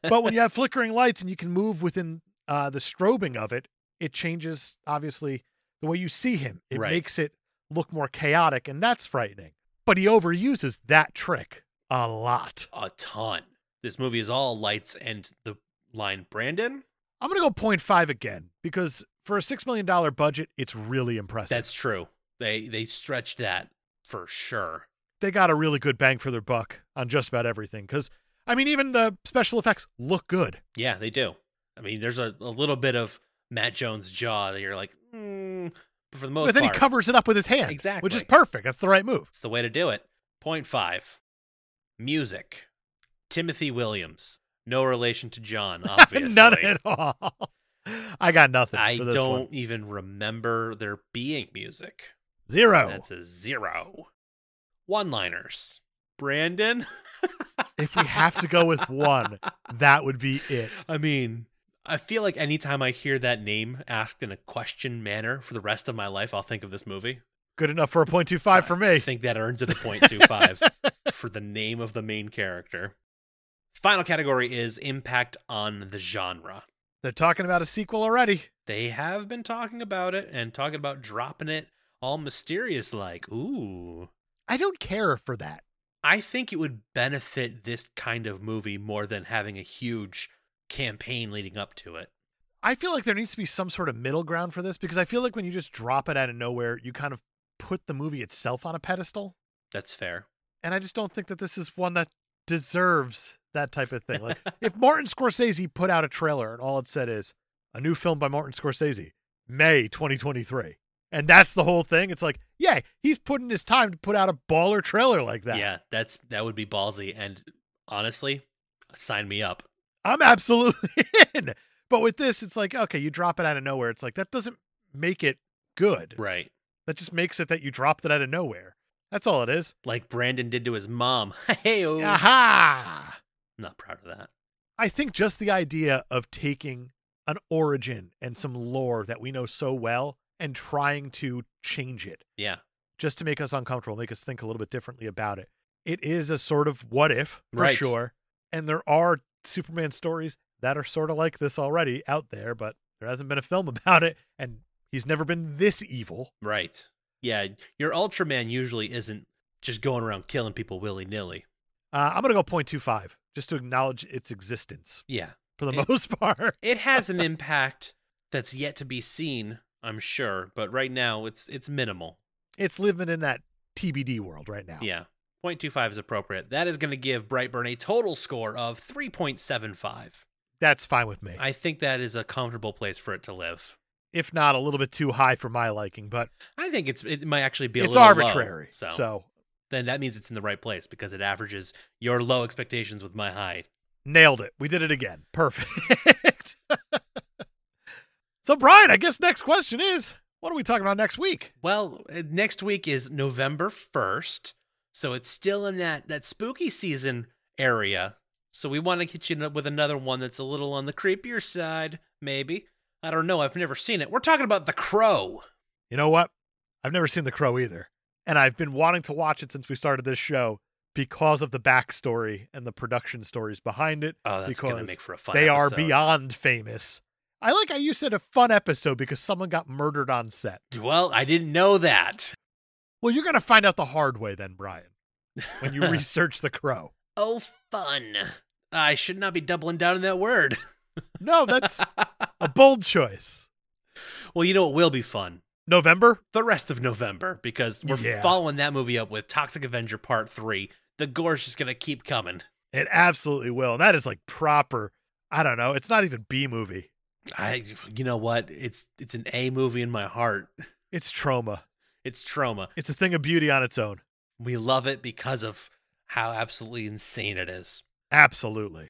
Speaker 1: but when you have flickering lights and you can move within uh, the strobing of it, it changes obviously the way you see him. It
Speaker 3: Right.
Speaker 1: makes it look more chaotic, and that's frightening. But he overuses that trick a lot.
Speaker 3: a ton. This movie is all lights and the line Brandon.
Speaker 1: I'm gonna go 0.5 again because for a six million dollar budget, it's really impressive.
Speaker 3: That's true. They they stretched that for sure.
Speaker 1: they got a really good bang for their buck on just about everything. Because I mean, even the special effects look good.
Speaker 3: Yeah, they do. I mean, there's a, a little bit of Matt Jones' jaw that you're like, mm, but for the most
Speaker 1: but then
Speaker 3: part,
Speaker 1: he covers it up with his hand, which
Speaker 3: Exactly.
Speaker 1: is perfect. That's the right move.
Speaker 3: it's the way to do it. Point five, music. Timothy Williams, no relation to John,
Speaker 1: [LAUGHS]
Speaker 3: obviously.
Speaker 1: None at all. I got nothing.
Speaker 3: I
Speaker 1: for this
Speaker 3: don't
Speaker 1: one.
Speaker 3: even remember there being music.
Speaker 1: zero.
Speaker 3: That's a zero. One-liners. Brandon.
Speaker 1: [LAUGHS] if we have to go with one, that would be it.
Speaker 3: I mean, I feel like anytime I hear that name asked in a question manner for the rest of my life, I'll think of this movie.
Speaker 1: Good enough for a point two five for
Speaker 3: I
Speaker 1: me.
Speaker 3: think that earns it a 0.25 for the name of the main character. Final category is impact on the genre.
Speaker 1: They're talking about a sequel already.
Speaker 3: They have been talking about it and talking about dropping it all mysterious like. Ooh.
Speaker 1: I don't care for that.
Speaker 3: I think it would benefit this kind of movie more than having a huge campaign leading up to it.
Speaker 1: I feel like there needs to be some sort of middle ground for this because I feel like when you just drop it out of nowhere, you kind of put the movie itself on a pedestal.
Speaker 3: That's fair.
Speaker 1: And I just don't think that this is one that deserves that type of thing. Like, if Martin Scorsese put out a trailer and all it said is a new film by Martin Scorsese, May 2023, and that's the whole thing, it's like, yeah, he's putting his time to put out a baller trailer like that.
Speaker 3: Yeah, that's that would be ballsy. And honestly, sign me up.
Speaker 1: I'm absolutely [LAUGHS] in. But with this, it's like, okay, you drop it out of nowhere. It's like, that doesn't make it good.
Speaker 3: Right.
Speaker 1: That just makes it that you dropped it out of nowhere. That's all it is.
Speaker 3: Like Brandon did to his mom. [LAUGHS] Hey,
Speaker 1: Ah. Aha!
Speaker 3: not proud of that.
Speaker 1: I think just the idea of taking an origin and some lore that we know so well and trying to change it
Speaker 3: Yeah.
Speaker 1: just to make us uncomfortable, make us think a little bit differently about it. It is a sort of what if for
Speaker 3: Right.
Speaker 1: sure. And there are Superman stories that are sort of like this already out there, but there hasn't been a film [LAUGHS] about it. And he's never been this evil.
Speaker 3: Right. Yeah. Your Ultraman usually isn't just going around killing people willy nilly.
Speaker 1: Uh, I'm going to go 0.25 just to acknowledge its existence
Speaker 3: Yeah.
Speaker 1: for the
Speaker 3: It-
Speaker 1: most [LAUGHS] part.
Speaker 3: It has an impact that's yet to be seen, I'm sure, but right now it's it's minimal.
Speaker 1: It's living in that TBD world right now.
Speaker 3: Yeah. 0.25 is appropriate. That is going to give Brightburn a total score of 3.75.
Speaker 1: That's fine with me.
Speaker 3: I think that is a comfortable place for it to live.
Speaker 1: if not a little bit too high for my liking, but
Speaker 3: I think it's it might actually be a
Speaker 1: it's
Speaker 3: little low,
Speaker 1: arbitrary.
Speaker 3: so.
Speaker 1: so
Speaker 3: then that means it's in the right place because it averages your low expectations with my high.
Speaker 1: Nailed it. We did it again. [LAUGHS] Perfect. [LAUGHS] so, Brian, I guess next question is what are we talking about next week?
Speaker 3: Well, uh, next week is November 1st, so it's still in that that spooky season area. So we want to hit you up with another one that's a little on the creepier side, maybe. I don't know. I've never seen it. We're talking about The Crow.
Speaker 1: You know what? I've never seen The Crow either. And I've been wanting to watch it since we started this show because of the backstory and the production stories behind it.
Speaker 3: Oh, that's going to
Speaker 1: Because
Speaker 3: make for a fun
Speaker 1: they
Speaker 3: episode.
Speaker 1: are beyond famous. I like how you said a fun episode because someone got murdered on set.
Speaker 3: Well, I didn't know that.
Speaker 1: Well, you're going to find out the hard way then, Brian, when
Speaker 3: [LAUGHS]
Speaker 1: you research The Crow.
Speaker 3: oh, fun. I should not be doubling down on that word. [LAUGHS]
Speaker 1: No, that's a bold choice.
Speaker 3: well, you know what will be fun?
Speaker 1: November?
Speaker 3: the rest of November because we're
Speaker 1: Yeah.
Speaker 3: following that movie up with Toxic Avenger Part 3. The gore's just going to keep coming.
Speaker 1: It absolutely will. And that is like proper. I don't know. It's not even B movie.
Speaker 3: I you know what? It's it's an A movie in my heart.
Speaker 1: It's trauma.
Speaker 3: It's trauma.
Speaker 1: It's a thing of beauty on its own.
Speaker 3: We love it because of how absolutely insane it is.
Speaker 1: Absolutely.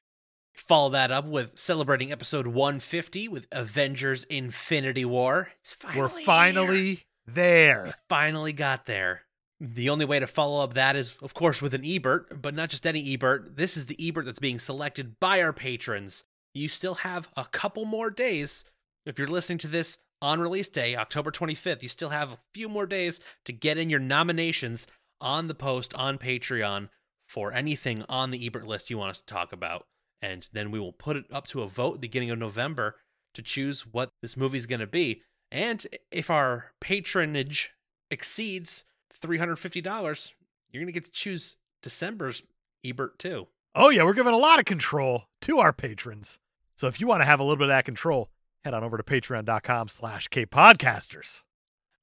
Speaker 3: Follow that up with celebrating episode 150 with Avengers Infinity War. It's finally
Speaker 1: We're
Speaker 3: here.
Speaker 1: finally there.
Speaker 3: We finally got there. The only way to follow up that is, of course, with an Ebert, but not just any Ebert. This is the Ebert that's being selected by our patrons. You still have a couple more days. If you're listening to this on release day, October 25th, you still have a few more days to get in your nominations on the post on Patreon for anything on the Ebert list you want us to talk about. And then we will put it up to a vote at the beginning of November to choose what this movie's going to be. And if our patronage exceeds $350, you're going to get to choose December's Ebert too.
Speaker 1: Oh, yeah. We're giving a lot of control to our patrons. So if you want to have a little bit of that control, head on over to patreon.com slash kpodcasters.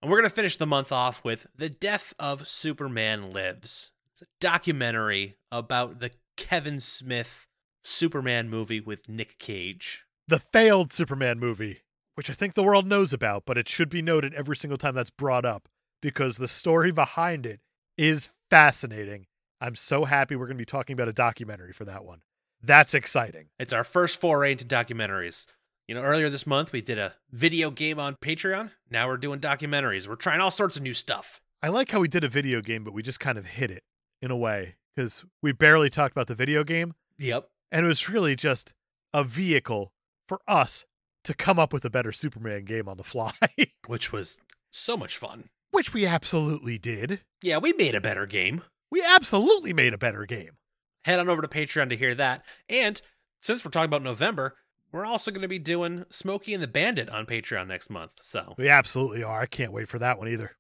Speaker 3: And we're going to finish the month off with The Death of Superman Lives. It's a documentary about the Kevin Smith Superman movie with Nick Cage.
Speaker 1: The failed Superman movie, which I think the world knows about, but it should be noted every single time that's brought up because the story behind it is fascinating. I'm so happy we're going to be talking about a documentary for that one. That's exciting.
Speaker 3: It's our first foray into documentaries. You know, earlier this month we did a video game on Patreon. Now we're doing documentaries. We're trying all sorts of new stuff.
Speaker 1: I like how we did a video game, but we just kind of hit it in a way because we barely talked about the video game,
Speaker 3: Yep.
Speaker 1: and it was really just a vehicle for us to come up with a better Superman game on the fly, [LAUGHS]
Speaker 3: Which was so much fun.
Speaker 1: which we absolutely did.
Speaker 3: Yeah, we made a better game.
Speaker 1: We absolutely made a better game.
Speaker 3: Head on over to Patreon to hear that. And since we're talking about November, we're also going to be doing Smokey and the Bandit on Patreon next month. So,
Speaker 1: We absolutely are. I can't wait for that one either.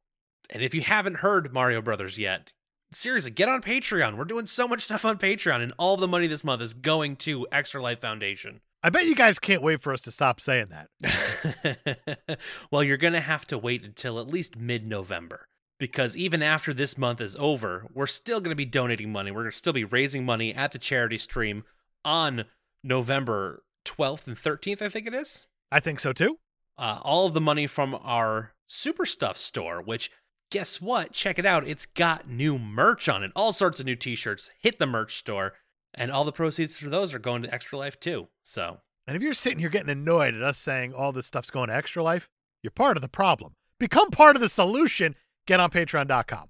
Speaker 3: and if you haven't heard Mario Brothers yet, seriously, get on Patreon. We're doing so much stuff on Patreon, and all the money this month is going to Extra Life Foundation.
Speaker 1: I bet you guys can't wait for us to stop saying that.
Speaker 3: [LAUGHS] well, you're going to have to wait until at least mid November because even after this month is over, we're still going to be donating money. We're going to still be raising money at the charity stream on November 12th and 13th, I think it is.
Speaker 1: I think so too.
Speaker 3: Uh, all of the money from our Super Stuff store, which guess what? Check it out. It's got new merch on it, all sorts of new t shirts. Hit the merch store. And all the proceeds for those are going to Extra Life too. So
Speaker 1: And if you're sitting here getting annoyed at us saying all this stuff's going to extra life, you're part of the problem. Become part of the solution. Get on patreon.com.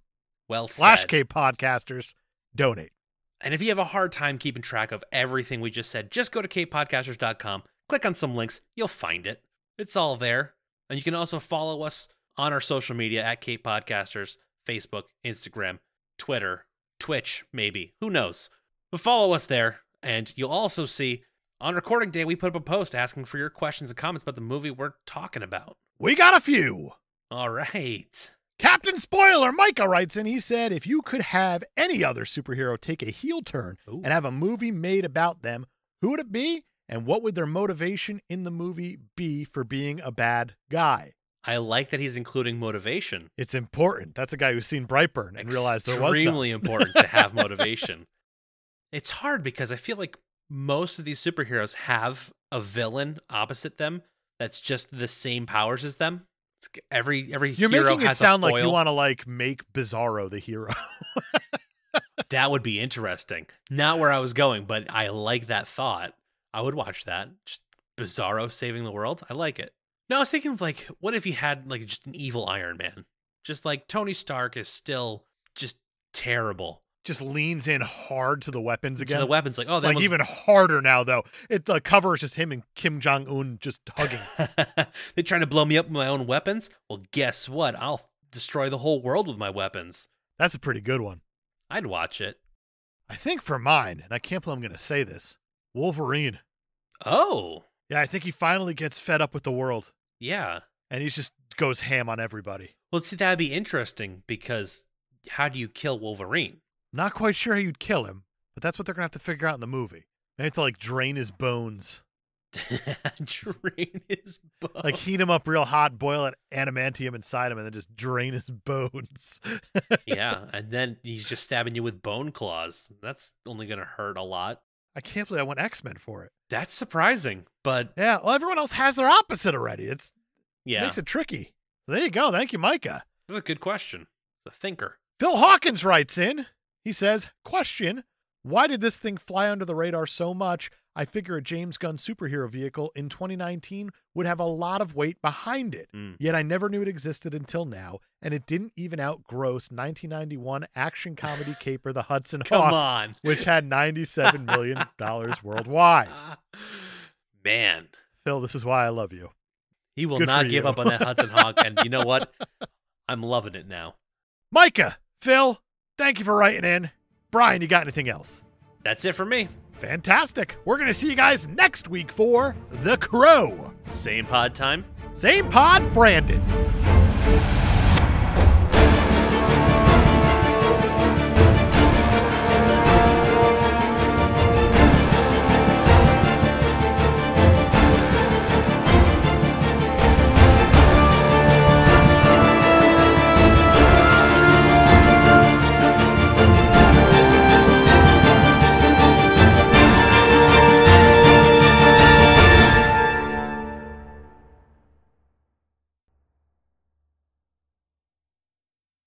Speaker 3: well
Speaker 1: Slash
Speaker 3: said.
Speaker 1: K podcasters. Donate.
Speaker 3: And if you have a hard time keeping track of everything we just said, just go to kpodcasters.com, click on some links, you'll find it. It's all there. And you can also follow us on our social media at Kate Podcasters, Facebook, Instagram, Twitter, Twitch, maybe. Who knows? But follow us there. And you'll also see on recording day, we put up a post asking for your questions and comments about the movie we're talking about.
Speaker 1: We got a few.
Speaker 3: All right.
Speaker 1: Captain Spoiler Micah writes in, he said, if you could have any other superhero take a heel turn
Speaker 3: Ooh.
Speaker 1: and have a movie made about them, who would it be? And what would their motivation in the movie be for being a bad guy?
Speaker 3: I like that he's including motivation.
Speaker 1: It's important. That's a guy who's seen Brightburn and realized there was none.
Speaker 3: extremely important to have
Speaker 1: [LAUGHS]
Speaker 3: motivation. It's hard because I feel like most of these superheroes have a villain opposite them that's just the same powers as them. It's g- Every every
Speaker 1: You're
Speaker 3: hero
Speaker 1: making it
Speaker 3: has a
Speaker 1: sound like you
Speaker 3: foil.
Speaker 1: want to like make Bizarro the hero. [LAUGHS]
Speaker 3: that would be interesting. Not where I was going, but I like that thought. I would watch that. Just Bizarro saving the world. I like it. No, I was thinking of like, what if he had like just an evil Iron Man? Just like Tony Stark is still just terrible.
Speaker 1: Just leans in hard to the weapons again.
Speaker 3: So the weapons like, oh, that
Speaker 1: like
Speaker 3: must-
Speaker 1: even harder now though. It the cover is just him and Kim Jong Un just
Speaker 3: [LAUGHS]
Speaker 1: hugging.
Speaker 3: They're trying to blow me up with my own weapons? Well, guess what? I'll destroy the whole world with my weapons.
Speaker 1: That's a pretty good one.
Speaker 3: I'd watch it.
Speaker 1: I think for mine, and I can't believe I'm going to say this, Wolverine.
Speaker 3: Oh,
Speaker 1: Yeah, I think he finally gets fed up with the world,
Speaker 3: yeah.
Speaker 1: and he just goes ham on everybody.
Speaker 3: Well, see, that'd be interesting because how do you kill Wolverine? [LAUGHS]
Speaker 1: Not quite sure how you'd kill him, but that's what they're going to have to figure out in the movie. They have to like drain his bones,
Speaker 3: Drain his bones.
Speaker 1: like heat him up real hot, boil it adamantium inside him, and then just drain his [LAUGHS] bones.
Speaker 3: yeah, and then he's just stabbing you with bone claws. That's only going to hurt a lot.
Speaker 1: I can't believe I went X Men for it.
Speaker 3: That's surprising, but
Speaker 1: Yeah, well, everyone else has their opposite already. It's
Speaker 3: yeah,
Speaker 1: makes it tricky. there you go. Thank you, Micah.
Speaker 3: that's a good question. It's a thinker.
Speaker 1: Phil Hawkins writes in. He says, Question Why did this thing fly under the radar so much? I figure a James Gunn superhero vehicle in 2019 would have a lot of weight behind it.
Speaker 3: Mm.
Speaker 1: Yet I never knew it existed until now, and it didn't even outgross 1991 action
Speaker 3: [LAUGHS]
Speaker 1: comedy caper The Hudson
Speaker 3: Come
Speaker 1: Hawk,
Speaker 3: on.
Speaker 1: which had $97
Speaker 3: [LAUGHS]
Speaker 1: million worldwide.
Speaker 3: Man.
Speaker 1: Phil, this is why I love you.
Speaker 3: He will
Speaker 1: Good for
Speaker 3: not give
Speaker 1: you.
Speaker 3: up on that Hudson Hawk. And you
Speaker 1: [LAUGHS]
Speaker 3: know what? I'm loving it now.
Speaker 1: Micah, Phil, thank you for writing in. Brian, you got anything else?
Speaker 3: That's it for me.
Speaker 1: Fantastic. We're going to see you guys next week for The Crow.
Speaker 3: Same pod time.
Speaker 1: Same pod, Brandon.